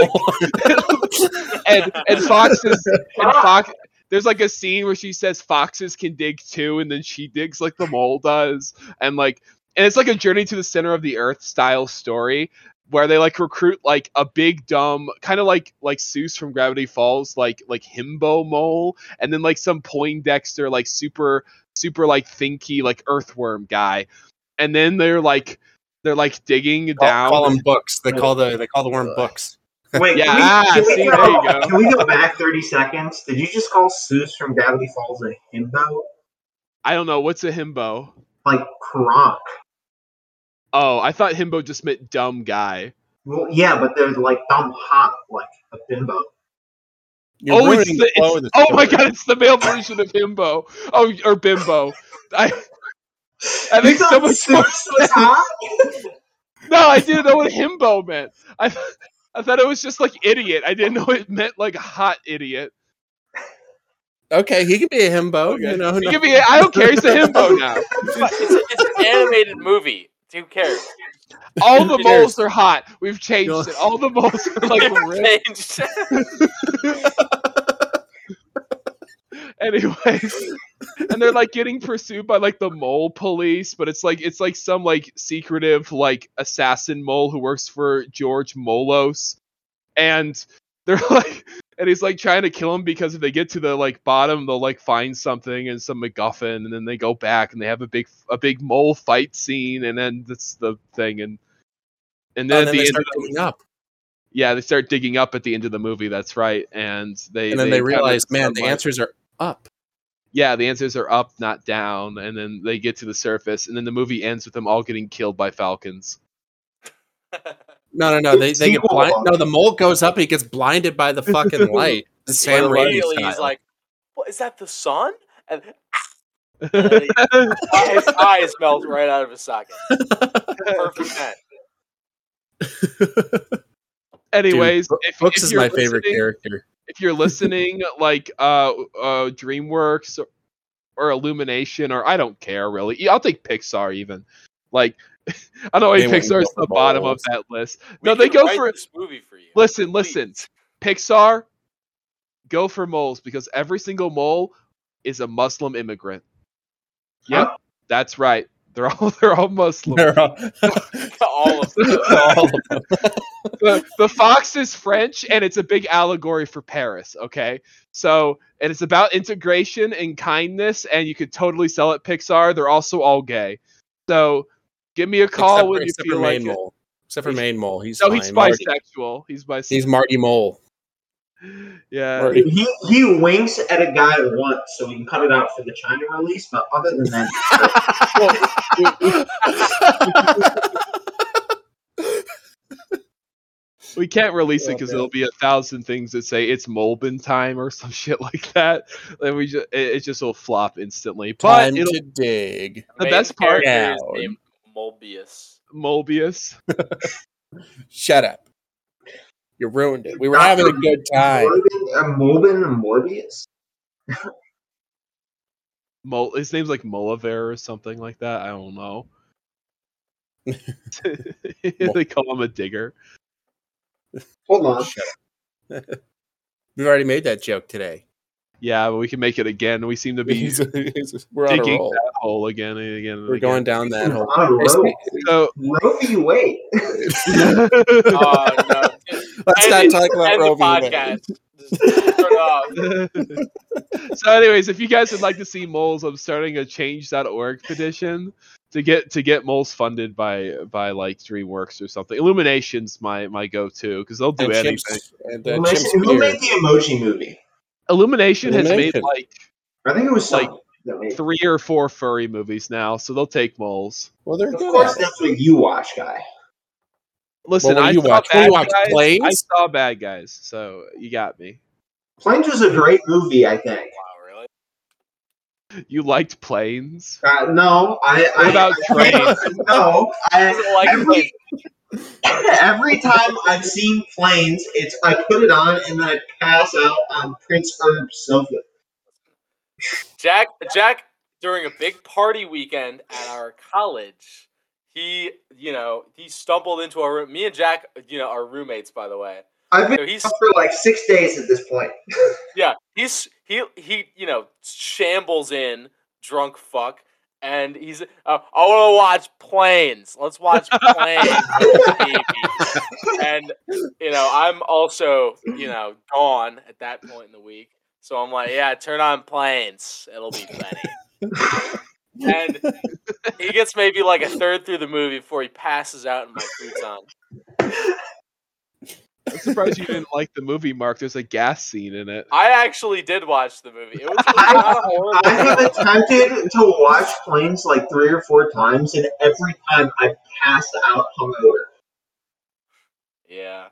S4: and and foxes and fox there's like a scene where she says foxes can dig too and then she digs like the mole does and like and it's like a journey to the center of the earth style story where they like recruit like a big dumb kind of like like Seuss from Gravity Falls like like himbo mole and then like some Poindexter like super super like thinky like earthworm guy and then they're like they're like digging down
S1: Call, call them books. They call the they call the worm books.
S3: Wait,
S4: Yeah,
S3: can we,
S4: ah,
S3: can, we
S4: see,
S3: go,
S4: there you go.
S3: can we go back 30 seconds? Did you just call Seuss from Gravity Falls a himbo?
S4: I don't know what's a himbo
S3: Like, Kronk.
S4: oh I thought himbo just meant dumb guy
S3: Well, yeah, but they're like dumb hot, like a bimbo.
S1: You're
S4: oh, it's
S1: ruining
S4: the,
S1: flow of
S4: it's-
S1: the
S4: oh my
S1: story.
S4: god, it's the male version of himbo. Oh, or bimbo. I I
S3: You
S4: think
S3: thought
S4: someone
S3: Seuss was hot?
S4: no, I didn't know what himbo meant. I I thought it was just like idiot. I didn't know it meant like hot idiot.
S1: Okay, he could be a himbo. You know,
S4: He could be. I don't care. He's a himbo now.
S2: Fuck, it's, it's an animated movie. Who cares?
S4: All the
S1: Who
S4: moles
S1: cares?
S4: are hot. We've changed it. All the moles are like ripped.
S2: Changed.
S4: Anyways. And they're like getting pursued by like the mole police, but it's like it's like some like secretive like assassin mole who works for George Molos. and they're like and he's like trying to kill him because if they get to the like bottom they'll like find something and some MacGuffin and then they go back and they have a big a big mole fight scene and then that's the thing and and then
S1: Oh, and then
S4: at the
S1: they
S4: end
S1: start
S4: of the-
S1: digging up,
S4: yeah they start digging up at the end of the movie that's right and they
S1: and then they,
S4: encounter
S1: realize, man, the
S4: sunlight.
S1: answers are up.
S4: yeah the answers are up not down and then they get to the surface and then the movie ends with them all getting killed by falcons
S1: No, no, no. They they get
S3: Sequel.
S1: blind. No, the mole goes up and he gets blinded by the fucking light. Sam Raimi
S2: immediately he's
S1: style.
S2: like, "What is that? The sun?" And and he- his eyes melt right out of his socket. Perfect net.
S4: anyways
S1: Dude,
S4: if,
S1: Brooks
S4: if
S1: is
S4: you're
S1: my favorite
S4: listening-
S1: character.
S4: if you're listening, like uh, uh, DreamWorks or, or Illumination or I don't care really. Yeah, I'll take Pixar even. Like I know
S1: They wouldn't
S4: Pixar's
S1: go
S4: at the
S1: for
S4: bottom of
S1: balls.
S4: that list.
S2: We
S4: no, they
S2: could
S4: go
S2: write
S4: for
S2: this movie for you.
S4: listen,
S2: Please.
S4: listen. Pixar, go for moles because every single mole is a Muslim immigrant. Yep,
S3: Huh?
S4: that's right. They're all they're all Muslim.
S1: They're all-
S2: All of them.
S1: all of them.
S4: the, the fox is French, and it's a big allegory for Paris. Okay, so and it's about integration and kindness, and you could totally sell it. Pixar. They're also all gay. So give me a
S1: except
S4: call
S1: for,
S4: when you
S1: except for
S4: feel like
S1: Maine
S4: it.
S1: Mole. Except for
S4: He's-
S1: Maine Mole. He's
S4: No,
S1: fine.
S4: he's
S1: Marty.
S4: bisexual. He's bisexual.
S1: He's Marty Mole.
S4: yeah.
S1: Marty.
S3: He he winks at a guy once, so we can cut it out for the China release. But other than that,
S4: We can't release it
S1: Oh,
S4: because
S1: man.
S4: there'll be a thousand things that say it's Molbin time or some shit like that. Then we just it, it just will flop instantly. But
S1: Time
S4: it'll
S1: to dig.
S4: The
S2: Main
S4: best part-
S2: character is
S1: Down.
S2: named Mobius.
S4: Molbius.
S1: Shut up. You ruined it. We were having a good time.
S3: Morbin, uh, Mobin and Morbius.
S4: Mol his name's like Moliver or something like that. I don't know. they call him a digger.
S3: Hold on.
S1: We've already made that joke today.
S4: Yeah, but we can make it again. We seem to be
S1: He's- he's- we're on a
S4: digging
S1: roll.
S4: that hole again and again. And
S1: We're going down that
S3: I'm
S1: hole.
S3: on a roll.
S4: So
S3: Roe v. Wade.
S2: Oh no! Just
S1: Let's
S2: End
S1: not
S2: it.
S1: talk about
S2: End
S1: Roe
S2: the
S1: v. Wade.
S2: podcast. Just turn it off.
S4: so anyways if you guys would like to see moles i'm starting a change.org petition to get to get moles funded by by like dreamworks or something illuminations my my go-to because they'll do
S1: And
S4: anything
S1: Chimps- and, uh,
S3: Who
S1: Chimp
S3: makes- who made
S1: Spears.
S3: the emoji movie?
S4: illumination has
S1: Illumination.
S4: made like
S3: I think it was
S4: Like,
S3: someone that made it.
S4: three or four furry movies now so they'll take moles
S1: Well, they're
S3: Of
S1: good
S3: course,
S1: at it.
S3: that's what you watch, guy.
S4: listen
S1: What will
S4: i
S1: you
S4: saw
S1: watch? Will
S4: bad
S1: you watch
S4: guys i
S1: Planes?
S4: saw bad guys so you got me
S3: Planes was a great movie, I think.
S2: Wow, really?
S4: you liked planes
S3: Uh, no, I.
S4: what
S3: I,
S4: about trains
S3: no,
S2: Is
S3: I.
S2: it like
S3: Every, every time I've seen planes, it's I put it on and then I pass out on Prince Herb's sofa.
S2: Jack? Jack during a big party weekend at our college, he, you know, he stumbled into our room. Me and Jack, you know, are roommates, by the way.
S3: I've been
S2: So he's
S3: up for like six days at this point.
S2: Yeah, he's he he you know shambles in drunk fuck, and he's uh, I want to watch planes. Let's watch planes, baby." and you know I'm also you know gone at that point in the week, so I'm like, yeah, turn on planes. It'll be funny. and he gets maybe like a third through the movie before he passes out in my futon.
S4: i'm surprised you didn't like the movie mark there's a gas scene in it
S2: I actually did watch the movie. It was really not a horror.
S3: I have attempted to watch planes like three or four times, and every time I pass out hungover.
S2: Yeah.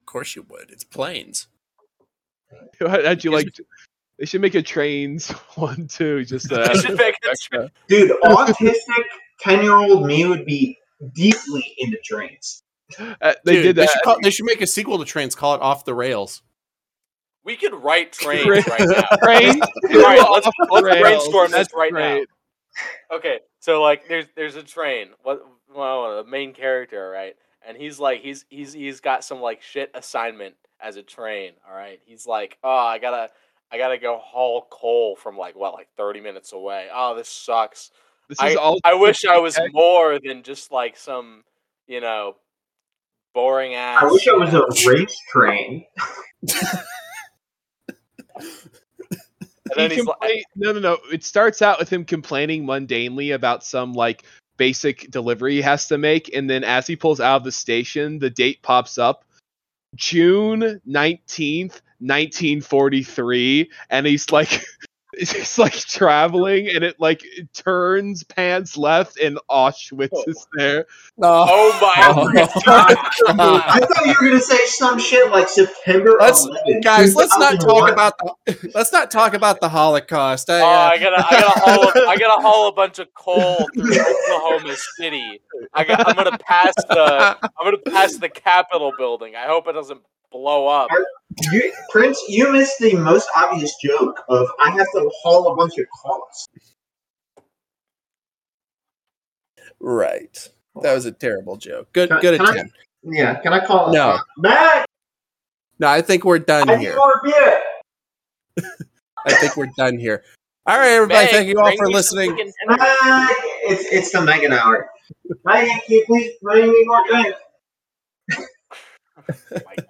S1: Of course you would. It's Planes.
S4: How'd you
S1: Gives
S4: like? They should make a trains one too. Just uh,
S2: They should make a
S4: extra.
S3: Dude, autistic ten-year-old me would be deeply into trains.
S4: Uh, they
S1: Dude,
S4: did
S1: They should,
S4: that.
S1: call- they should make a sequel to Trains. Call it Off the Rails.
S2: We could write trains right now.
S4: Trains.
S2: All right,
S4: Off
S2: let's,
S4: the
S2: let's
S4: rails.
S2: brainstorm this
S4: That's
S2: right
S4: great.
S2: now. Okay, so like, there's there's a train. What well, the main character, right? And he's like, he's he's he's got some like shit assignment as a train. All right, he's like, oh, I gotta I gotta go haul coal from like what like 30 minutes away. Oh, this sucks.
S4: This is all.
S2: I wish I was
S4: Okay.
S2: more than just like some you know boring ass.
S3: I wish I
S2: you
S3: was
S2: know,
S3: a race train.
S4: He
S2: And then he's
S4: compla-
S2: like,
S4: no, no, no. It starts out with him complaining mundanely about some like basic delivery he has to make, and then as he pulls out of the station, the date pops up, June nineteenth, nineteen forty-three, and he's like. It's like traveling, and it like turns pants left, and Auschwitz is there.
S1: No.
S2: oh my god.
S3: I thought you were gonna say some shit like September
S1: Let's-
S3: 11th,
S1: Guys, let's not talk
S3: 2001.
S1: about the let's not talk about the Holocaust. I,
S2: Oh,
S1: uh,
S2: I gotta, I gotta haul, a, I gotta haul a bunch of coal through Oklahoma City. I got, I'm gonna pass the, I'm gonna pass the Capitol building. I hope it doesn't blow up.
S3: You, Prince, you missed the most obvious joke of I have to haul a bunch of cars.
S1: Right. That was a terrible joke. Good
S3: Can-
S1: good
S3: can I-
S1: attempt.
S3: Yeah, can I call it?
S1: No.
S3: Matt,
S1: No, I think we're done
S3: I
S1: here.
S3: think we're here.
S1: I think we're done here. All right, everybody.
S2: Meg,
S1: Thank you all
S2: bring
S1: for
S2: me some
S1: listening.
S2: freaking energy.
S3: Matt, it's, it's the Megan Hour. Megan, can you please bring me more drink?
S2: Oh my God.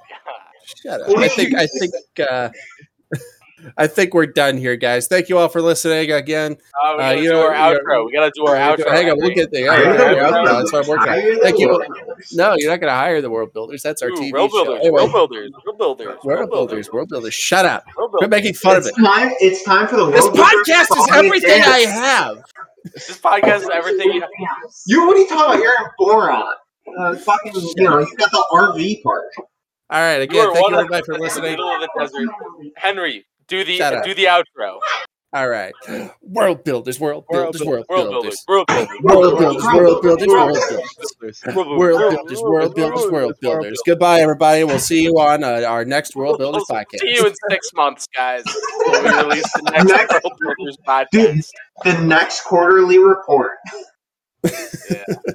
S1: Shut up. I think I think uh, I think we're done here, guys. Thank you all for listening again.
S2: Oh, we
S1: Uh,
S2: gotta
S1: you
S2: do
S1: know,
S2: our
S1: you
S2: outro. we gotta do our outro.
S1: Hang on, we'll
S2: Henry.
S1: get there.
S3: Hire
S1: Yeah,
S3: the
S1: we're out
S3: world
S1: now. That's what I'm working on.
S3: builders. Hire the
S1: Thank you.
S3: world builders.
S1: No, you're not going to hire the world builders. That's our
S2: Ooh,
S1: TV
S2: world
S1: show.
S2: builders,
S1: Anyway,
S2: world builders, world builders,
S1: world builders, world builders. Shut up.
S2: world
S1: Quit
S2: builders.
S1: making fun of
S3: it's
S1: it.
S3: time. It's time for the
S1: This
S3: world.
S1: podcast is everything I have.
S2: This podcast is everything. You have.
S3: You what are you talking about? You're a boron. Uh, fucking, you know, you got the RV part.
S1: All right.
S2: You
S1: Again,
S2: are
S1: thank you
S2: 100%
S1: everybody for
S2: in the
S1: listening.
S2: middle of the desert. Henry, do
S1: Shut
S2: the
S1: up.
S2: do the outro.
S1: All right. World builders, world
S4: World
S1: builders,
S4: buil-
S1: world
S2: World
S1: builders.
S2: builders, world builders,
S1: World builders, world builders, world builders. World builders, world builders, world
S4: World
S1: builders.
S4: builders.
S1: Goodbye, everybody. and We'll see you on uh, our next World Builders
S2: We'll
S1: podcast.
S2: See you in six months, guys. When we release the next
S3: Next-
S2: World Builders podcast.
S3: Dude. The next quarterly report.
S2: Yeah.